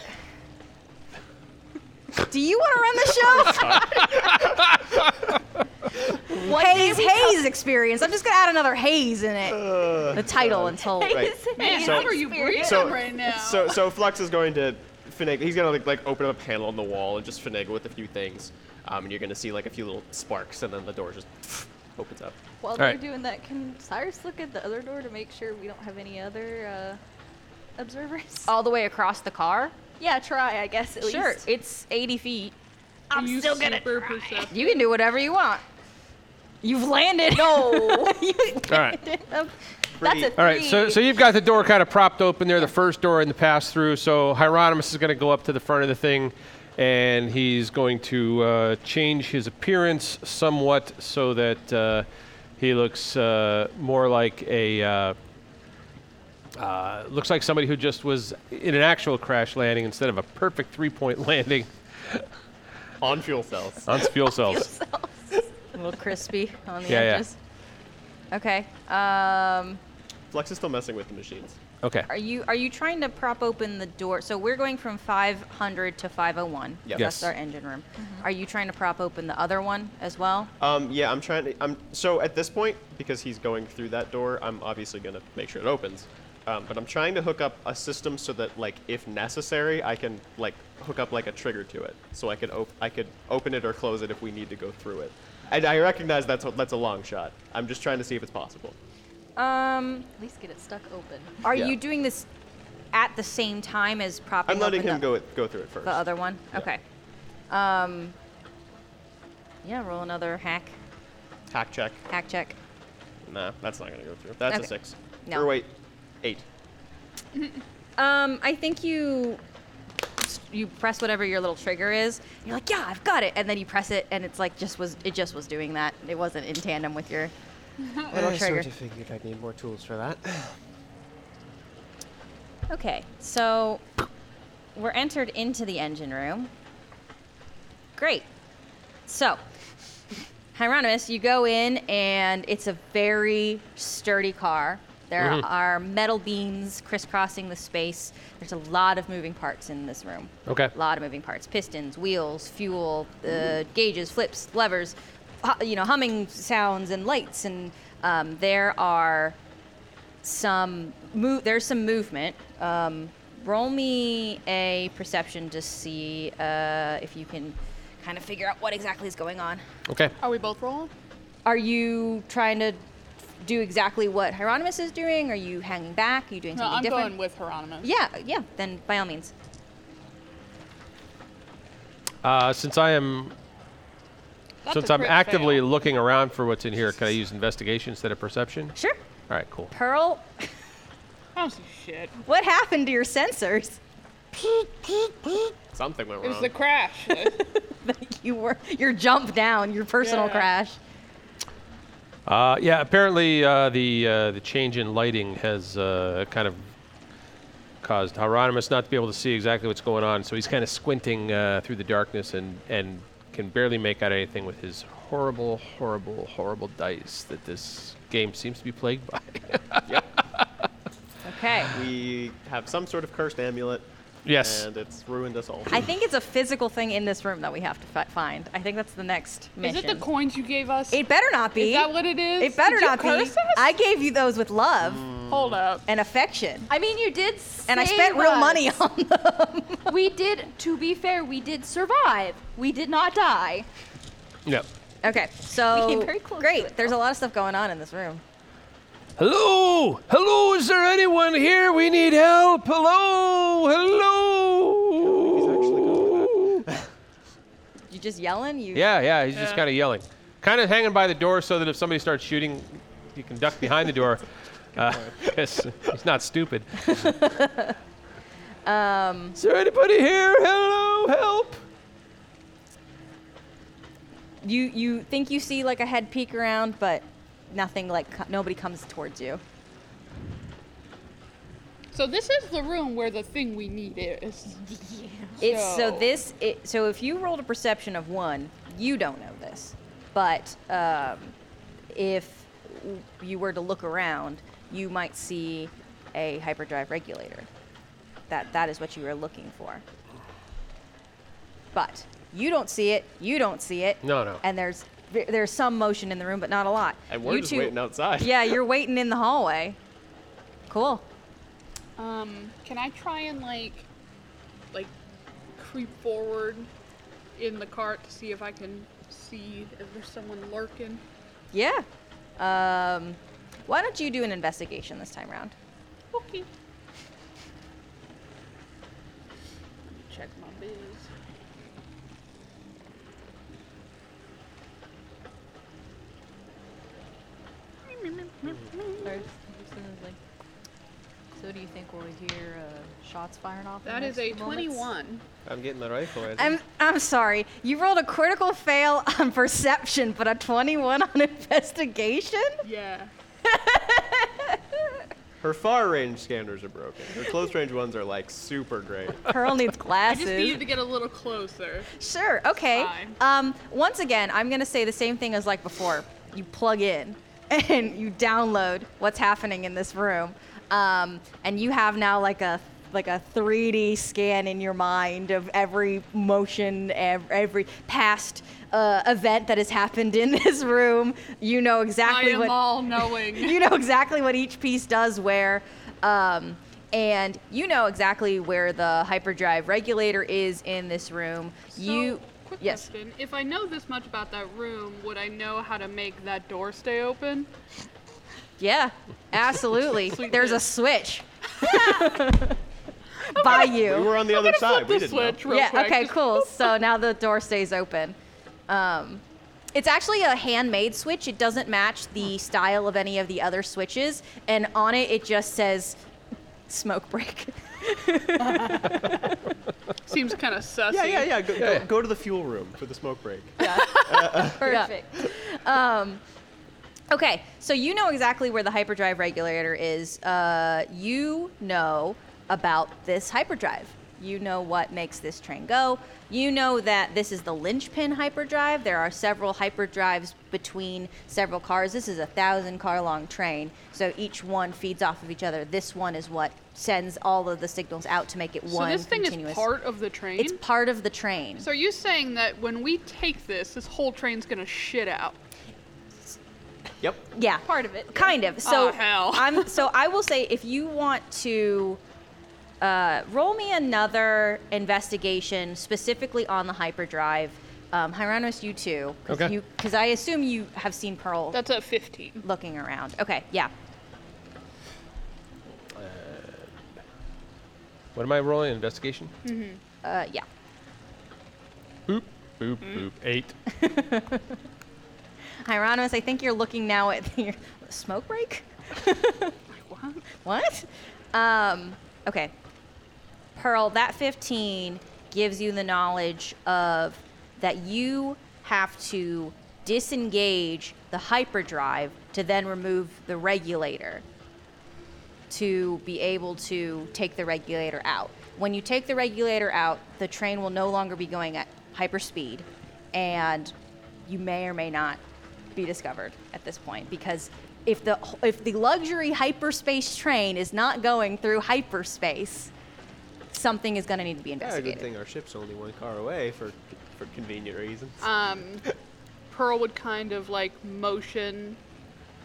S5: Do you want to run the show? haze, haze experience. I'm just gonna add another haze in it. the title and until
S6: Right.
S8: Man,
S6: So-
S8: how are you breathing
S6: so,
S8: right now?
S6: So, so Flux is going to finagle. He's gonna like, like open up a panel on the wall and just finagle with a few things, um, and you're gonna see like a few little sparks, and then the door just opens up.
S3: While
S4: they're right.
S3: doing that, can Cyrus look at the other door to make sure we don't have any other uh, observers?
S5: all the way across the car.
S3: yeah, try I guess at
S5: Oh. sure,
S3: least.
S5: it's 80 feet.
S8: I'm you still gonna super perceptive?
S5: You can do whatever you want. You've landed. No.
S4: All right.
S3: That's a
S4: All right, so, so you've got the door kind of propped open there, the first door in the pass through. So Hieronymus is going to go up to the front of the thing, and he's going to uh, change his appearance somewhat so that uh, he looks uh, more like a uh, uh, looks like somebody who just was in an actual crash landing instead of a perfect three point landing
S6: On fuel cells.
S4: on fuel cells.
S5: a little crispy on the
S4: Yeah, yeah.
S5: edges. Okay. Um,
S6: Flux is still messing with the machines.
S4: Okay.
S5: are you are you trying to prop open the door? So we're going from 500 to 501.
S6: Yep.
S4: Yes.
S5: That's our engine room. Are you trying to prop open the other one as well?
S6: Um, yeah, I'm trying to. I'm so at this point because he's going through that door. I'm obviously gonna make sure it opens, um, but I'm trying to hook up a system so that like if necessary, I can like hook up like a trigger to it, so I could op- I could open it or close it if we need to go through it. And I recognize that's a, that's a long shot. I'm just trying to see if it's possible.
S5: Um,
S3: at least get it stuck open.
S5: are
S6: Yeah.
S5: you doing this at the same time as propping?
S6: I'm letting
S5: open
S6: him
S5: the,
S6: go it- go through it first.
S5: The other one.
S6: Yeah.
S5: Okay. Um. Yeah. Roll another hack.
S6: hack check.
S5: Hack check.
S6: Nah, that's not gonna go through. That's
S5: Okay.
S6: a six.
S5: No.
S6: Or wait, eight.
S5: Um, I think you you press whatever your little trigger is. and You're like, yeah, I've got it, and then you press it, and it's like just was it just was doing that. It wasn't in tandem with your little
S10: Eh, I
S5: trigger.
S10: sort of figured I'd need more tools for that.
S5: Okay, so we're entered into the engine room. Great. So, Hieronymus, you go in, and it's a very sturdy car. There are metal beams crisscrossing the space. There's a lot of moving parts in this room.
S4: Okay.
S5: A lot of moving parts pistons, wheels, fuel, uh, gauges, flips, levers, hu- you know, humming sounds and lights. And um, there are some move. There's some movement. Um, roll me a perception to see uh, if you can kind of figure out what exactly is going on.
S4: Okay.
S8: Are we both rolling?
S5: Are you trying to do exactly what Hieronymus is doing? Are you hanging back? Are you doing
S8: No,
S5: something
S8: I'm
S5: different?
S8: going with Hieronymus.
S5: yeah, yeah. Then by all means.
S4: Uh, since I am
S8: That's
S4: since
S8: a
S4: I'm
S8: crit
S4: actively
S8: fail.
S4: looking around for what's in here, can I use investigation instead of perception?
S5: Sure.
S4: All right, cool.
S5: Pearl,
S8: Oh shit!
S5: what happened to your sensors?
S6: Something went
S8: It
S6: wrong.
S8: was the crash.
S5: you were your jump down, your personal
S8: Yeah.
S5: crash.
S4: Uh, yeah, apparently uh, the uh, the change in lighting has uh, kind of caused Hieronymus not to be able to see exactly what's going on, so he's kind of squinting uh, through the darkness and and can barely make out anything with his horrible, horrible, horrible dice that this game seems to be plagued by.
S5: Okay.
S6: we have some sort of cursed amulet.
S4: yes.
S6: And it's ruined us all.
S5: I think it's a physical thing in this room that we have to fi- find. I think that's the next
S8: is
S5: mission.
S8: it the coins you gave us?
S5: It better not be.
S8: Is that what it is?
S5: It better
S8: Did you
S5: not
S8: curse
S5: be.
S8: us?
S5: I gave you those with love
S8: Hold up.
S5: and affection.
S3: I mean, you did.
S5: And I
S3: save
S5: spent real
S3: us.
S5: money on them.
S3: we did. To be fair, we did survive. We did not die.
S4: Yep.
S5: Okay, so
S3: We came very close to
S5: great.
S3: it,
S5: There's a lot of stuff going on in this room.
S4: Hello! Hello, is there anyone here? We need help! Hello! Hello!
S5: You just yelling? You
S4: Yeah, yeah, he's just
S8: Yeah.
S4: kind of yelling. Kind of hanging by the door so that if somebody starts shooting, he can duck behind the door. Uh, 'cause he's not stupid. um, is there anybody here? Hello, help!
S5: you you think you see like a head peek around, but nothing like co- nobody comes towards you.
S8: So this is the room where the thing we need is.
S5: It's so
S8: So-
S5: this. It, so if you rolled a perception of one, you don't know this, but um, if w- you were to look around, you might see a hyperdrive regulator. That that is what you are looking for. But you don't see it. You don't see it.
S14: No, no.
S5: And there's there's some motion in the room, but not a lot.
S6: And we're
S5: You
S6: just
S5: two-
S6: waiting outside.
S5: Yeah, you're waiting in the hallway. Cool.
S8: Um, can I try and like, like, creep forward in the cart to see if I can see if there's someone lurking?
S5: Yeah. Um, why don't you do an investigation this time around?
S8: Okay. Check my biz.
S3: Sorry, just gonna, like- So do you think we'll hear uh, shots firing off? in
S8: That
S3: the
S8: is a
S3: next few moments?
S8: twenty-one.
S6: I'm getting the rifle. I
S5: I'm I'm sorry. You rolled a critical fail on perception, but a 21 on investigation.
S8: Yeah.
S6: Her far range scanners are broken. Her close range ones are like super great.
S5: Pearl needs
S8: I
S5: glasses.
S8: just needed to get a little closer.
S5: Sure. Okay.
S8: Fine.
S5: Um, once again, I'm gonna say the same thing as like before. You plug in and you download what's happening in this room, um, and you have now like a like a 3D scan in your mind of every motion, ev- every past uh, event that has happened in this room. You know exactly
S8: I am
S5: what
S8: all knowing.
S5: you know exactly what each piece does where. Um, and you know exactly where the hyperdrive regulator is in this room. you
S8: So, quick
S5: yes.
S8: question. If I know this much about that room, would I know how to make that door stay open?
S5: Yeah. Absolutely. There's a switch. By you.
S6: We were on the other side. We didn't know.
S5: yeah. Okay. Cool. So now the door stays open. Um, it's actually a handmade switch. It doesn't match the style of any of the other switches, and on it it just says "smoke break."
S8: Seems kind of sussy.
S6: Yeah, yeah, yeah. Go, go, go to the fuel room for the smoke break.
S5: Perfect. Um, okay, so you know exactly where the hyperdrive regulator is. Uh, you know about this hyperdrive. You know what makes this train go. You know that this is the linchpin hyperdrive. There are several hyperdrives between several cars. This is a thousand car long train, so each one feeds off of each other. This one is what sends all of the signals out to make it
S8: So
S5: one
S8: this thing
S5: continuous.
S8: is part of the train.
S5: it's part of the train.
S8: so are you saying that when we take this, this whole train's gonna shit out?
S6: Yep.
S5: Yeah.
S3: Part of it.
S5: Kind of. So
S8: Oh, hell.
S5: I'm so I will say if you want to uh, roll me another investigation specifically on the hyperdrive. Um, Hieronymus, you too, because
S4: Okay.
S5: I assume you have seen Pearl
S8: That's a fifteen.
S5: looking around. Okay, yeah.
S14: What am I rolling? Investigation?
S5: Uh, yeah.
S14: Boop, boop, boop. Eight.
S5: Hieronymus, I think you're looking now at your smoke break.
S8: What?
S5: What? Um, okay. Pearl, that 15 gives you the knowledge of that you have to disengage the hyperdrive to then remove the regulator to be able to take the regulator out. When you take the regulator out, the train will no longer be going at hyperspeed and you may or may not be discovered at this point because if the if the luxury hyperspace train is not going through hyperspace, something is going to need to be
S6: Yeah,
S5: investigated.
S6: good thing our ship's only one car away for for convenient reasons.
S8: Um, Pearl would kind of like motion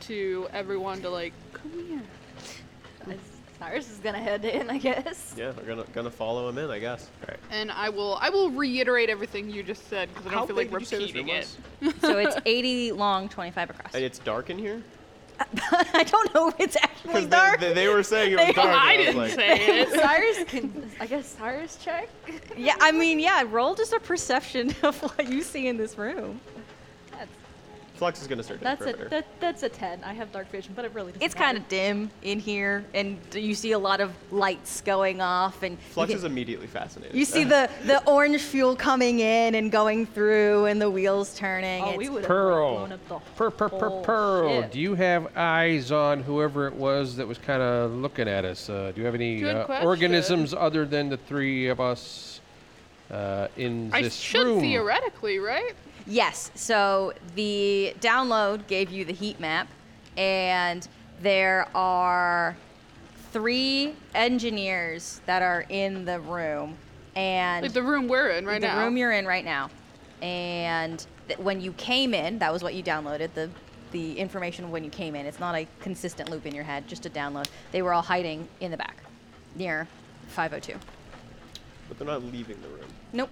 S8: to everyone to like come here.
S3: Cyrus is gonna head in, I guess.
S6: yeah, we're gonna gonna follow him in, I guess. All right.
S8: And I will I will reiterate everything you just said because I don't feel like repeating it.
S5: so it's 80 long, 25 across.
S6: And it's dark in here.
S5: I don't know if it's actually
S6: Because
S5: dark.
S6: They, they were saying it was dark. and
S8: I
S6: was
S8: didn't
S6: like,
S8: say it.
S3: Cyrus can. I guess Cyrus check.
S5: yeah, I mean, yeah, roll just a perception of what you see in this room.
S3: That's
S6: Flux is gonna search the
S3: that's a
S6: perimeter.
S3: that, that's a ten. I have dark vision, but it really doesn't
S5: It's kind of dim in here, and you see a lot of lights going off, and you
S6: Flux
S5: can-
S6: is immediately fascinated.
S5: You see the, the orange fuel coming in and going through, and the wheels turning.
S3: Oh,
S5: It's-
S3: we would have
S4: Pearl.
S3: blown up the
S4: Per, per, per,
S3: whole
S4: Pearl.
S3: ship.
S4: Do you have eyes on whoever it was that was kind of looking at us? Uh, do you have any
S8: Good
S4: uh,
S8: question.
S4: organisms other than the three of us uh, in
S8: I
S4: this
S8: should
S4: room?
S8: theoretically, right?
S5: Yes. So the download gave you the heat map, and there are three engineers that are in the room, and
S8: Like the room we're in right
S5: the
S8: now.
S5: room you're in right now. And th- when you came in, that was what you downloaded. The the information when you came in. It's not a consistent loop in your head, just a download. They were all hiding in the back, near 502.
S6: But they're not leaving the room.
S5: Nope.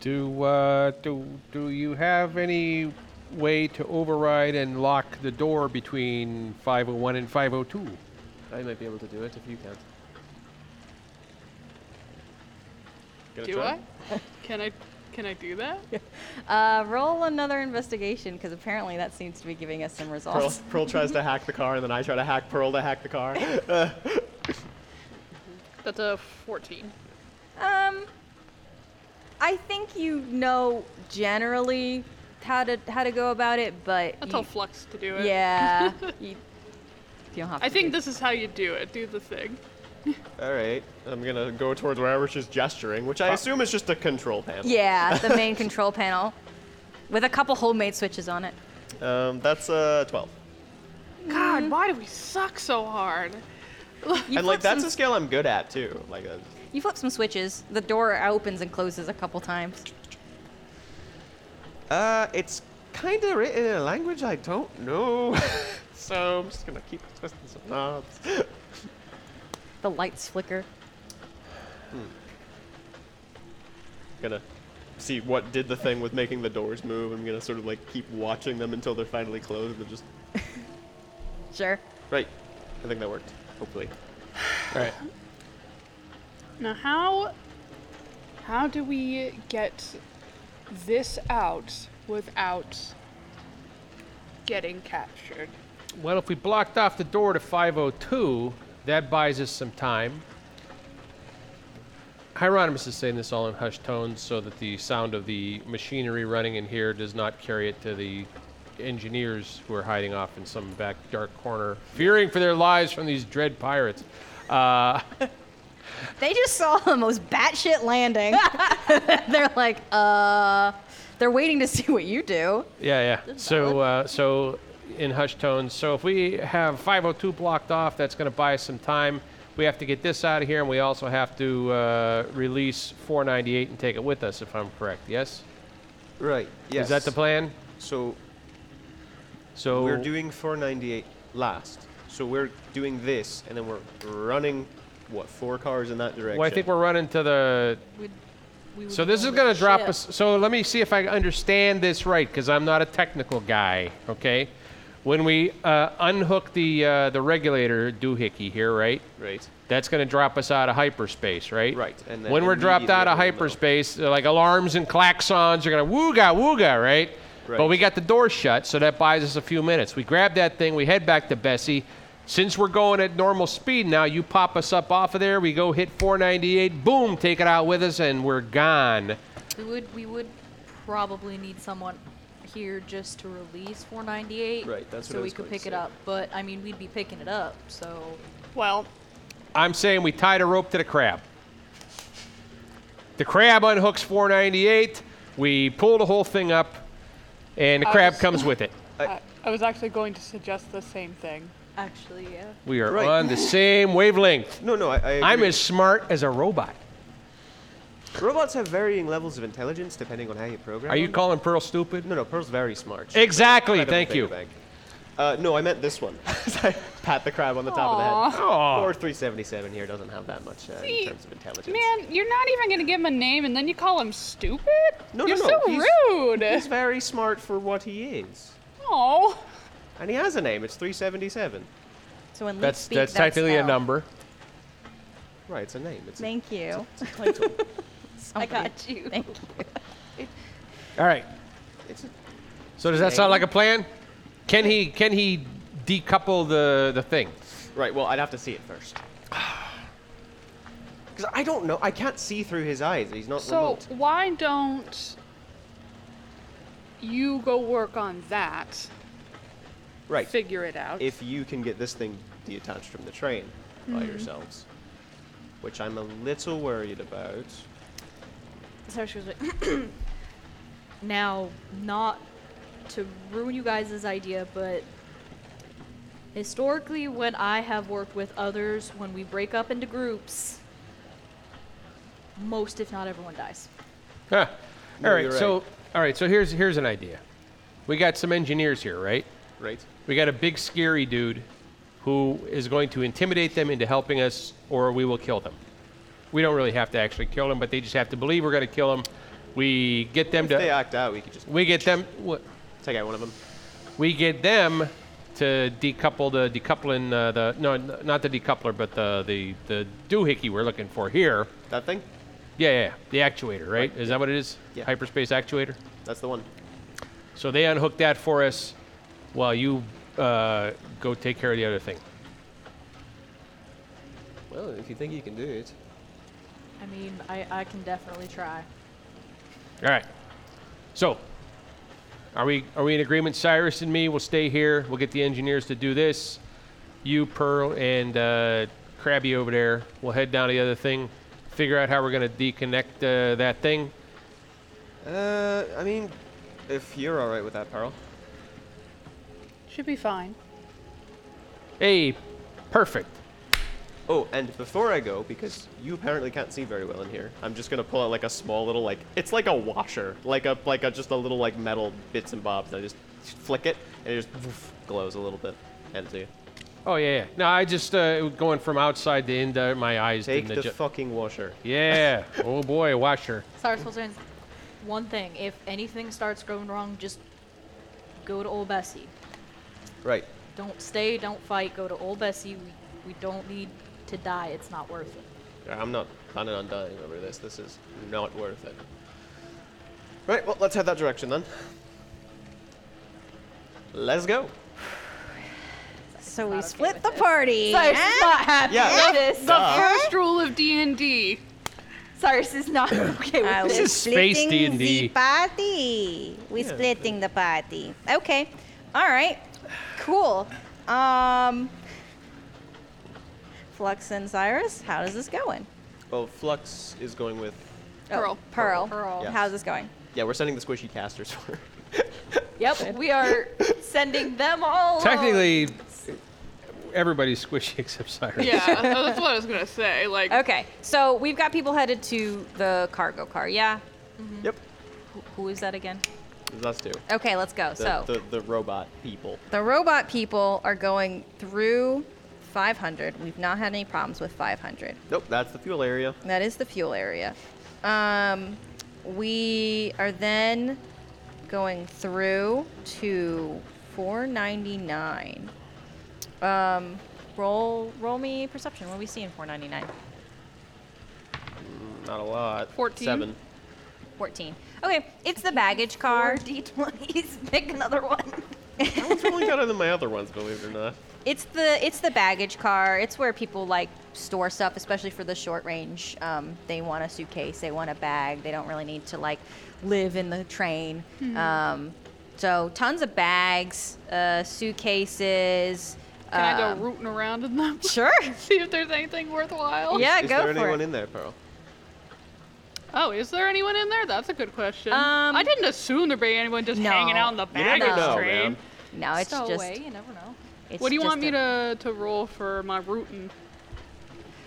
S4: Do uh, do do you have any way to override and lock the door between 501 and 502?
S15: I might be able to do it if you can.
S6: Gonna
S8: Do
S6: try?
S8: I? Can I? Can I do that?
S5: Uh, roll another investigation because apparently that seems to be giving us some
S6: Pearl,
S5: results.
S6: Pearl tries to hack the car, and then I try to hack Pearl to hack the car.
S8: That's a 14.
S5: Um, I think you know generally how to how to go about it, but
S8: I
S5: you-
S8: tell Flux to do it.
S5: yeah, you, you don't have
S8: I
S5: to
S8: think
S5: do-
S8: this is how you do it. Do the thing.
S6: All right, I'm gonna go towards wherever she's gesturing, which I assume is just a control panel.
S5: yeah the main control panel with a couple homemade switches on it.
S6: Um, that's uh 12.
S5: Mm-hmm.
S8: God, why do we suck so hard?
S5: You
S6: and like
S5: flip
S6: that's
S5: some-
S6: a scale I'm good at too. Like uh,
S5: you flip some switches. The door opens and closes a couple times.
S6: Uh, it's kind of written in a language I don't know. so I'm just gonna keep twisting some knobs.
S5: The lights flicker.
S6: gonna see what did the thing with making the doors move. I'm gonna sort of like keep watching them until they're finally closed. And just
S5: Sure.
S6: right. I think that worked. Hopefully.
S4: All right.
S8: Now how how do we get this out without getting captured?
S4: Well, if we blocked off the door to 502, that buys us some time. Hieronymus is saying this all in hushed tones so that the sound of the machinery running in here does not carry it to the engineers who are hiding off in some back dark corner, fearing for their lives from these dread pirates. Uh,
S5: They just saw the most batshit landing. They're like, uh, they're waiting to see what you do.
S4: Yeah, yeah. So, uh, so in hushed tones. So if we have 502 blocked off, that's going to buy us some time. We have to get this out of here, and we also have to uh, release 498 and take it with us, if I'm correct. Yes.
S15: Right.
S4: Is that the plan? Oh.
S15: So
S4: So
S15: we're doing 498 last. So we're doing this, and then we're running what four cars in that direction.
S4: Well, I think we're running to the.
S3: We'd, we would
S4: So this
S3: go
S4: is
S3: to
S4: going
S3: the
S4: to drop
S3: ship.
S4: us. So let me see if I understand this right, because I'm not a technical guy. Okay. When we uh, unhook the uh, the regulator doohickey here, right?
S15: right.
S4: That's going to drop us out of hyperspace, right?
S15: Right, and then
S4: when we're dropped out of
S15: immediately we'll know.
S4: hyperspace, uh, like alarms and klaxons are going to wooga wooga, right? But
S15: Right.
S4: we got the door shut, so that buys us a few minutes. We grab that thing, we head back to Bessie. Since we're going at normal speed now, you pop us up off of there. We go hit 498, boom, take it out with us, and we're gone.
S3: We would we would probably need someone here just to release 498.
S15: Right, that's what
S3: so
S15: I
S3: we
S15: was
S3: could
S15: going to
S3: pick it
S15: say.
S3: up. But I mean, we'd be picking it up. So
S8: Well,
S4: I'm saying we tied a rope to the crab. The crab unhooks 498. We pull the whole thing up, and the
S8: I
S4: crab
S8: was-
S4: comes with it.
S8: I, I was actually going to suggest the same thing.
S3: actually, yeah.
S4: We are
S15: Right.
S4: on the same wavelength.
S15: No, no, I. I
S4: I'm
S15: agree.
S4: as smart as a robot.
S15: Robots have varying levels of intelligence depending on how you program.
S4: Are you
S15: them.
S4: calling Pearl stupid?
S15: No, no, Pearl's very smart. She's
S4: Exactly.
S15: incredible
S4: Thank
S15: think
S4: you.
S15: bank.
S6: Uh, no, I meant this one. I Pat the crab on the top of the head.
S4: Aw.
S6: Or 377 here doesn't have that much uh,
S8: See,
S6: in terms of intelligence.
S8: Man, you're not even gonna give him a name and then you call him stupid?
S15: No, no,
S8: you're
S15: no,
S8: so
S15: he's-
S8: rude.
S15: He's very smart for what he is,
S8: Oh,
S15: and he has a name. It's 377.
S5: So when Leaf
S4: That's
S5: speak,
S4: that's
S5: that's
S4: technically a
S5: how.
S4: number.
S15: Right, it's a name. It's a,
S5: Thank you.
S15: it's a title.
S5: I got you. Thank you.
S4: All right.
S15: it's a,
S4: So does that sound like a plan? Can he can he decouple the the thing?
S6: right, well, I'd have to see it first.
S15: Because I don't know. I can't see through his eyes. He's not
S8: so
S15: remote.
S8: why don't you go work on that?
S15: Right.
S8: Figure it out.
S15: If you can get this thing detached from the train by yourselves, which I'm a little worried about.
S3: Sorry, she was like, Now, not to ruin you guys' idea, but historically, when I have worked with others, when we break up into groups, most, if not everyone, dies.
S4: Huh.
S6: No,
S4: All right,
S6: you're
S4: so
S6: right.
S4: all right, so here's here's an idea. We got some engineers here, right?
S6: Right.
S4: We got a big scary dude who is going to intimidate them into helping us, or we will kill them. We don't really have to actually kill them, but they just have to believe we're going to kill them. We get them
S6: If
S4: to.
S6: they act out, we could just
S4: we get them. What?
S6: take out one of them.
S4: We get them to decouple the decoupling. Uh, the no, n- not the decoupler, but the the the doohickey we're looking for here.
S6: That thing?
S4: Yeah, yeah, yeah. the actuator, right? Is that what it is?
S6: Yeah.
S4: Hyperspace actuator.
S6: That's the one.
S4: So they unhook that for us while you uh, go take care of the other thing.
S6: Well, if you think you can do it.
S3: I mean, I, I can definitely try.
S4: All right. So, are we are we in agreement? Cyrus and me will stay here. We'll get the engineers to do this. You, Pearl, and uh, Krabby over there. We'll head down to the other thing. Figure out how we're gonna deconnect uh, that thing.
S6: Uh, I mean, if you're all right with that, Pearl.
S8: Should be fine.
S4: Hey, perfect.
S6: Oh, and before I go, because you apparently can't see very well in here, I'm just gonna pull out like a small little like it's like a washer, like a like a just a little like metal bits and bobs. And I just flick it and it just woof, glows a little bit. Hand it to you.
S4: Oh yeah. yeah. No, I just uh, going from outside to in uh, my eyes.
S6: Take
S4: didn't
S6: the
S4: adju-
S6: fucking washer.
S4: yeah. oh boy, washer.
S3: Cyrus will say one thing if anything starts going wrong, just go to Old Bessie.
S6: Right.
S3: Don't stay, don't fight, go to Old Bessie. We, we don't need to die, it's not worth it.
S6: I'm not planning on dying over this. This is not worth it. Right. Well, let's head that direction then. Let's go.
S5: So we split the party.
S16: Cyrus
S5: and-
S16: is not happy
S6: Yeah,
S16: with this.
S8: The
S15: Eh?
S8: first rule of D and D.
S16: Cyrus is not okay with
S5: Uh,
S16: this.
S5: we're
S4: is space
S5: splitting
S4: D&D.
S5: The party. We're splitting the party. Okay. All right. Cool. Um, Flux and Cyrus, how is this going? Oh,
S6: Well, Oh, Flux is going with.
S8: Pearl.
S5: Pearl.
S3: Pearl.
S6: Yes.
S5: How's this going?
S6: Yeah, we're sending the squishy casters for. her.
S16: Yep, we are sending them all.
S4: Technically, everybody's squishy except Cyrus.
S8: Yeah, that's what I was gonna say. Like,
S5: Okay. So we've got people headed to the cargo car. Yeah.
S6: yep.
S5: Who- Who is that again?
S6: That's two.
S5: Okay, let's go.
S6: The,
S5: so
S6: the the robot people.
S5: The robot people are going through 500. We've not had any problems with 500.
S6: Nope, that's the fuel area.
S5: That is the fuel area. Um, we are then going through to 499. Um, roll, roll me perception. What do we see in 499?
S6: Not a lot.
S8: 14.
S6: Seven.
S5: 14. Okay, it's the baggage car.
S16: D20s, pick another one.
S6: That one's really better than my other ones, believe it or not.
S5: It's the it's the baggage car. It's where people like store stuff, especially for the short range. Um, they want a suitcase, they want a bag. They don't really need to like live in the train.
S8: Hmm.
S5: Um, so tons of bags, uh, suitcases.
S8: kind
S5: um,
S8: of rooting around in them.
S5: Sure.
S8: See if there's anything worthwhile.
S5: Yeah,
S6: Is
S5: go
S6: there
S5: for
S6: anyone
S5: it.
S6: in there, Pearl?
S8: Oh, is there anyone in there? That's a good question.
S5: Um,
S8: I didn't assume there'd be anyone just
S5: No.
S8: hanging out in the
S6: You never
S8: baggage
S6: know,
S8: train.
S6: man.
S5: no, it's
S3: Stow
S5: just.
S3: away, you never know.
S5: It's
S8: What do you want me
S5: just
S8: to, to roll for my rootin'?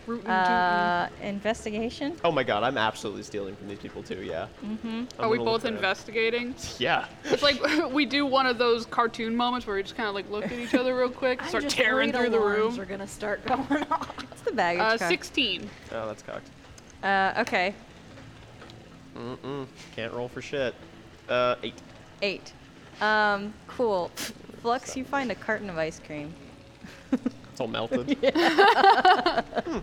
S8: Rootin'
S5: a- Uh, investigation.
S6: Oh my god, I'm absolutely stealing from these people too, yeah. Mm-hmm.
S8: tootin'? Are we both investigating?
S6: Yeah.
S8: It's like we do one of those cartoon moments where we just kind of like look at each other real quick,
S3: I'm
S8: start
S3: just
S8: tearing
S3: worried
S8: through the
S3: alarms Are
S8: room.
S3: gonna start going off.
S5: It's the baggage
S8: Uh,
S5: car.
S8: 16.
S6: Oh, that's cocked.
S5: Uh, okay,
S6: Mm-mm. Can't roll for shit. Uh, eight.
S5: eight. Um, cool. Flux, you find a carton of ice cream.
S6: It's all melted. Hmm.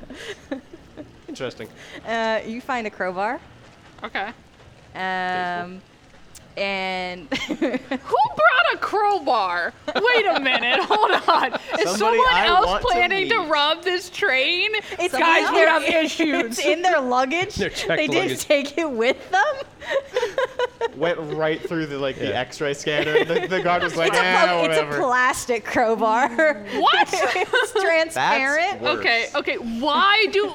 S6: Interesting.
S5: Uh, you find a crowbar.
S8: Okay.
S5: Um, and
S8: Who brought a crowbar? Wait a minute, hold on. Is
S6: Somebody
S8: someone
S6: I
S8: else
S6: want to
S8: planning to,
S6: meet.
S8: rob this train?
S5: it's
S8: Guys,
S5: in
S8: we
S5: their-
S8: have issues.
S5: It's in their luggage.
S4: Their checked
S5: they
S4: luggage.
S5: didn't take it with them.
S6: Went right through the like the X-ray scanner. The, the guard was like,
S5: It's, a,
S6: "Eh,
S5: pla- it's a
S6: whatever."
S5: plastic crowbar.
S8: What?
S5: it's transparent.
S6: worse.
S8: Okay, okay. Why do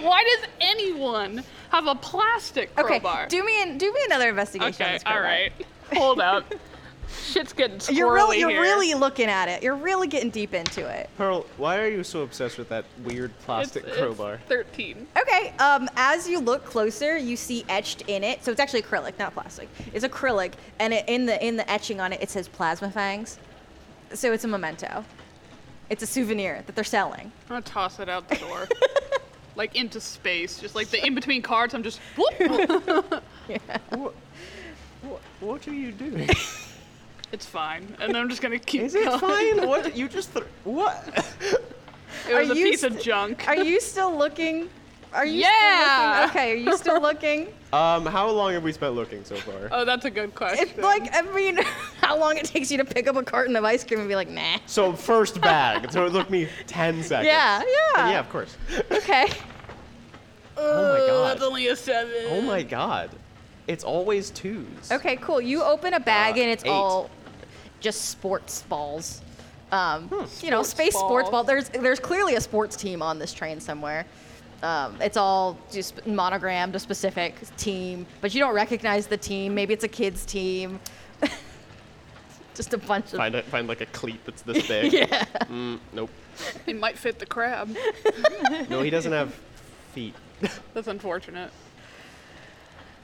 S8: why does anyone have a plastic
S5: Okay,
S8: crowbar.
S5: do me an, do me another investigation. on
S8: Okay,
S5: this
S8: all
S5: crowbar.
S8: right. Hold up. Shit's getting squirrely
S5: You're really you're
S8: here.
S5: really looking at it. You're really getting deep into it.
S6: Pearl, why are you so obsessed with that weird
S8: It's-
S6: plastic
S8: it's
S6: crowbar?
S8: Thirteen.
S5: Okay. Um, as you look closer, you see etched in it. So it's actually acrylic, not plastic. It's acrylic, and it, in the in the etching on it, it says plasma fangs. So it's a memento. It's a souvenir that they're selling.
S8: I'm gonna toss it out the door, like into space, just like the in between cards. I'm just whoop.
S6: What, what are you doing?
S8: it's fine, and then I'm just gonna keep.
S6: Is it
S8: going.
S6: fine? What you just th- what?
S8: It was
S5: Are
S8: a
S5: you
S8: piece of
S5: st-
S8: junk.
S5: Are you still looking? Are you still
S8: Yeah.
S5: looking? Okay, are you still looking?
S6: Um, how long have we spent looking so far?
S8: oh, that's a good question.
S5: It's like I mean, how long it takes you to pick up a carton of ice cream and be like, nah.
S6: So first bag. so it took me ten seconds.
S5: Yeah,
S6: And
S5: yeah.
S6: yeah, of course.
S5: Okay.
S8: Ugh,
S6: oh my
S8: That's
S6: god.
S8: only a seven.
S6: Oh my god. It's always twos.
S5: Okay, cool. You open a bag
S6: Uh,
S5: and it's
S6: eight.
S5: all just sports balls. Um, you know,
S8: Sports
S5: space sports ball.
S8: balls.
S5: There's there's clearly a sports team on this train somewhere. Um, it's all just monogrammed a specific team, but you don't recognize the team. Maybe it's a kids team. just a bunch of
S6: Find a, find like a cleat that's this big.
S5: yeah.
S6: Mm, nope.
S8: It might fit the crab.
S6: No, he doesn't have feet.
S8: That's unfortunate.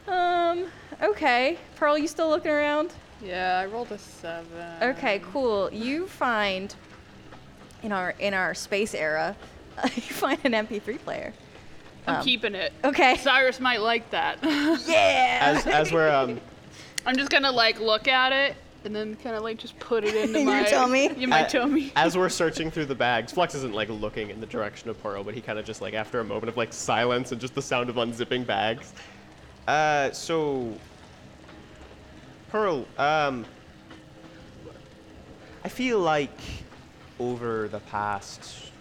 S5: Um. Okay, Pearl, you still looking around?
S8: Yeah, I rolled a seven.
S5: Okay, cool. You find in our in our space era, you find an MP3 player.
S8: I'm
S5: Um,
S8: keeping it.
S5: Okay.
S8: Cyrus might like that.
S5: Yeah.
S6: As as we're um
S8: I'm just gonna like look at it and then kind of like just put it into
S5: Your
S8: my
S5: tummy?
S8: In my
S6: a-
S8: tummy.
S6: as we're searching through the bags, Flux isn't like looking in the direction of Pearl, but he kind of just like after a moment of like silence and just the sound of unzipping bags. Uh, so Pearl, um, I feel like over the past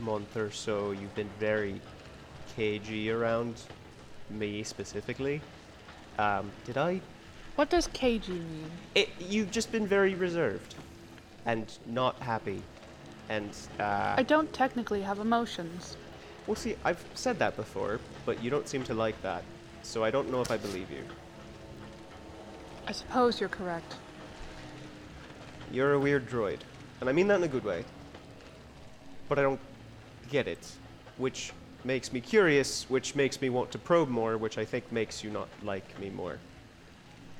S6: month or so, you've been very cagey around me specifically. Um, did I
S8: What does KG mean?
S6: it, you've just been very reserved and not happy. And, uh,
S8: I don't technically have emotions.
S6: well, see, I've said that before, but you don't seem to like that. So I don't know if I believe you.
S8: I suppose you're correct.
S6: You're a weird droid. And I mean that in a good way. But I don't get it. Which makes me curious, which makes me want to probe more, which I think makes you not like me more.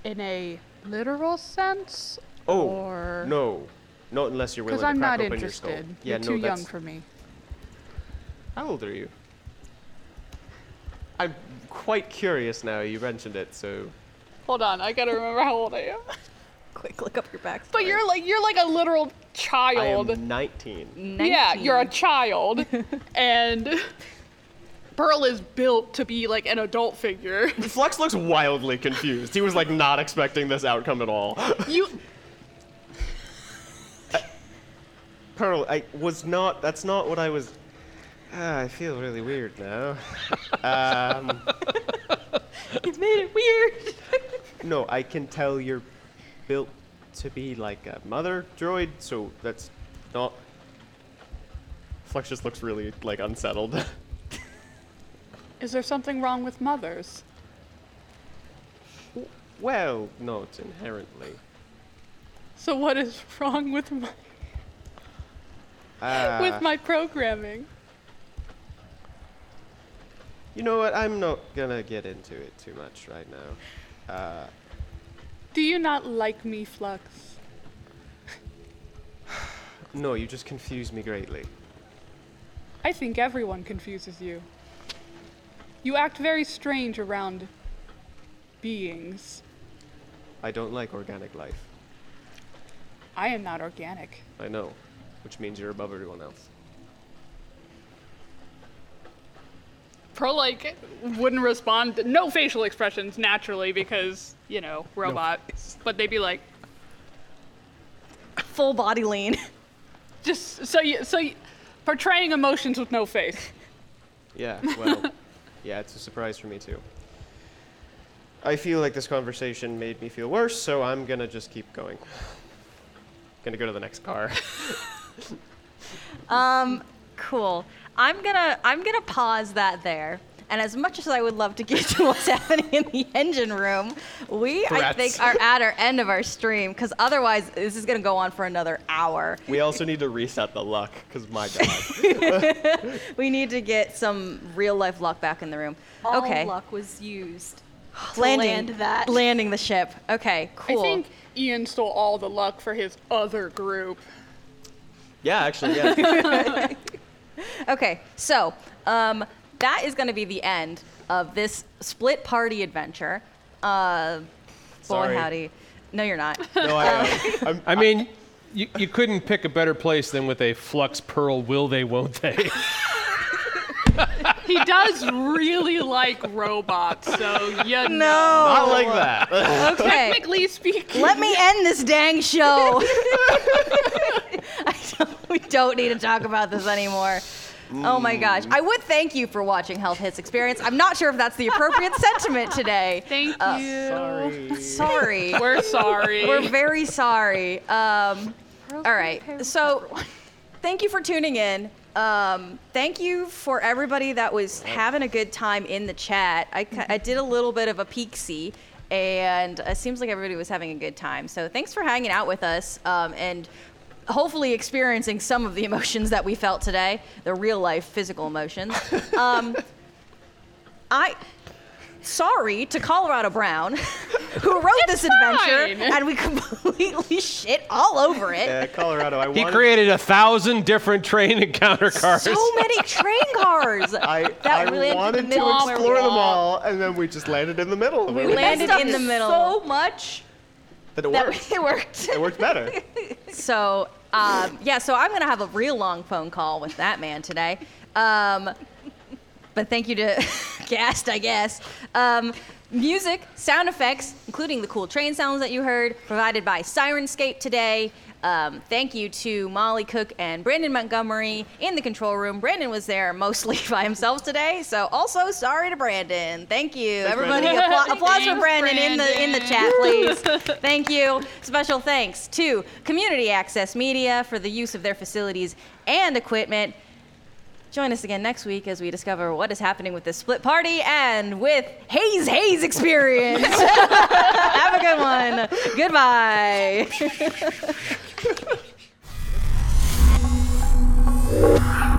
S8: In a literal sense?
S6: Oh,
S8: Or-
S6: no. Not unless you're willing
S8: Because
S6: to
S8: I'm
S6: crack
S8: not
S6: open your
S8: interested.
S6: skull.
S8: You're
S6: yeah, no,
S8: too young
S6: that's-
S8: for me.
S6: How old are you? I'm quite curious now. You mentioned it, so
S8: Hold on, I gotta remember how old I am.
S5: Quick, look up your backstory.
S8: But you're like you're like a literal
S6: I
S8: child.
S6: am 19.
S8: Yeah, you're a child, and Pearl is built to be like an adult figure.
S5: Mm.
S6: Flux looks wildly confused. He was like not expecting this outcome at all.
S8: You
S6: Pearl, I was not. That's not what I was. Ah, I feel really weird now. um,
S5: You've made it weird.
S6: no, I can tell you're built to be like a mother droid, so that's not. Flux just looks really like unsettled.
S8: is there something wrong with mothers?
S6: well, not inherently.
S8: So what is wrong with my
S6: Uh,
S8: with my programming?
S6: You know what? I'm not gonna get into it too much right now. Uh,
S8: Do you not like me, Flux?
S6: no, you just confuse me greatly.
S8: I think everyone confuses you. You act very strange around beings.
S6: I don't like organic life.
S8: I am not organic.
S6: I know, which means you're above everyone else.
S8: Pro like wouldn't respond. No facial expressions naturally because you know robot. But they'd be like,
S5: full body lean.
S8: just so you so you, portraying emotions with no face.
S6: Yeah, well, yeah, it's a surprise for me too. I feel like this conversation made me feel worse, so I'm gonna just keep going. gonna go to the next car.
S5: Um, cool. I'm gonna I'm gonna pause that there.
S16: And as much as I would love to get to what's happening in the engine room, we, I think,
S6: Threats.
S16: are at our end of our stream because otherwise this is going to go on for another hour.
S6: We also need to reset the luck, because my god.
S16: We need to get some real life luck back in the room.
S3: All
S16: okay.
S3: luck was used. to
S16: Landing
S3: land that.
S16: Landing the ship. Okay, cool.
S8: I think Ian stole all the luck for his other group.
S6: yeah, actually, yeah.
S16: Okay, so um, that is going to be the end of this split party adventure. Uh,
S6: Sorry.
S16: Boy, howdy. No, you're not.
S6: No, I, uh, I'm,
S4: I mean, you, you couldn't pick a better place than with a flux pearl. Will they? Won't they?
S8: He does really like robots, so you know.
S16: no.
S6: not like that.
S16: Okay.
S8: Technically speaking,
S16: Let me end this dang show. I don't- we don't need to talk about this anymore. Oh my gosh. I would thank you for watching Health Hits Experience. I'm not sure if that's the appropriate sentiment today.
S8: thank
S16: Uh,
S8: you.
S16: Sorry.
S8: We're sorry.
S16: We're very sorry. Um, all right. So, thank you for tuning in. Um, thank you for everybody that was having a good time in the chat. I, ki- I did a little bit of a peeksy, and it seems like everybody was having a good time. So, thanks for hanging out with us um, and hopefully experiencing some of the emotions that we felt today the real life physical emotions. Um, I. Sorry to Colorado Brown, who wrote this adventure,
S8: fine.
S16: and we completely shit all over it.
S6: Uh, Colorado, I
S4: he
S6: wanted.
S4: created a thousand different train encounter cars.
S16: so many train cars.
S6: I,
S16: that
S6: I
S16: really ended
S6: wanted
S16: in the
S6: to
S16: middle of
S6: explore
S16: where
S6: them all, and then we just landed in the middle.
S16: we
S6: We
S16: landed
S1: Messed up
S16: in the middle.
S1: so much
S6: That it
S1: that
S6: worked.
S1: it worked.
S6: It worked better.
S16: So, um, yeah, so I'm going to have a real long phone call with that man today. Um, but thank you to Gast, I guess. Um, music, sound effects, including the cool train sounds that you heard, provided by Sirenscape today. Um, thank you to Molly Cook and Brandon Montgomery in the control room. Brandon was there mostly by himself today, so also sorry to Brandon. Thank you, everybody. Appla- applause for
S8: Thanks,
S16: Brandon, in the in the chat, please. Thank you. Special thanks to Community Access Media for the use of their facilities and equipment. Join us again next week as we discover what is happening with this split party and with Hayes Hayes experience. Have a good one. Goodbye.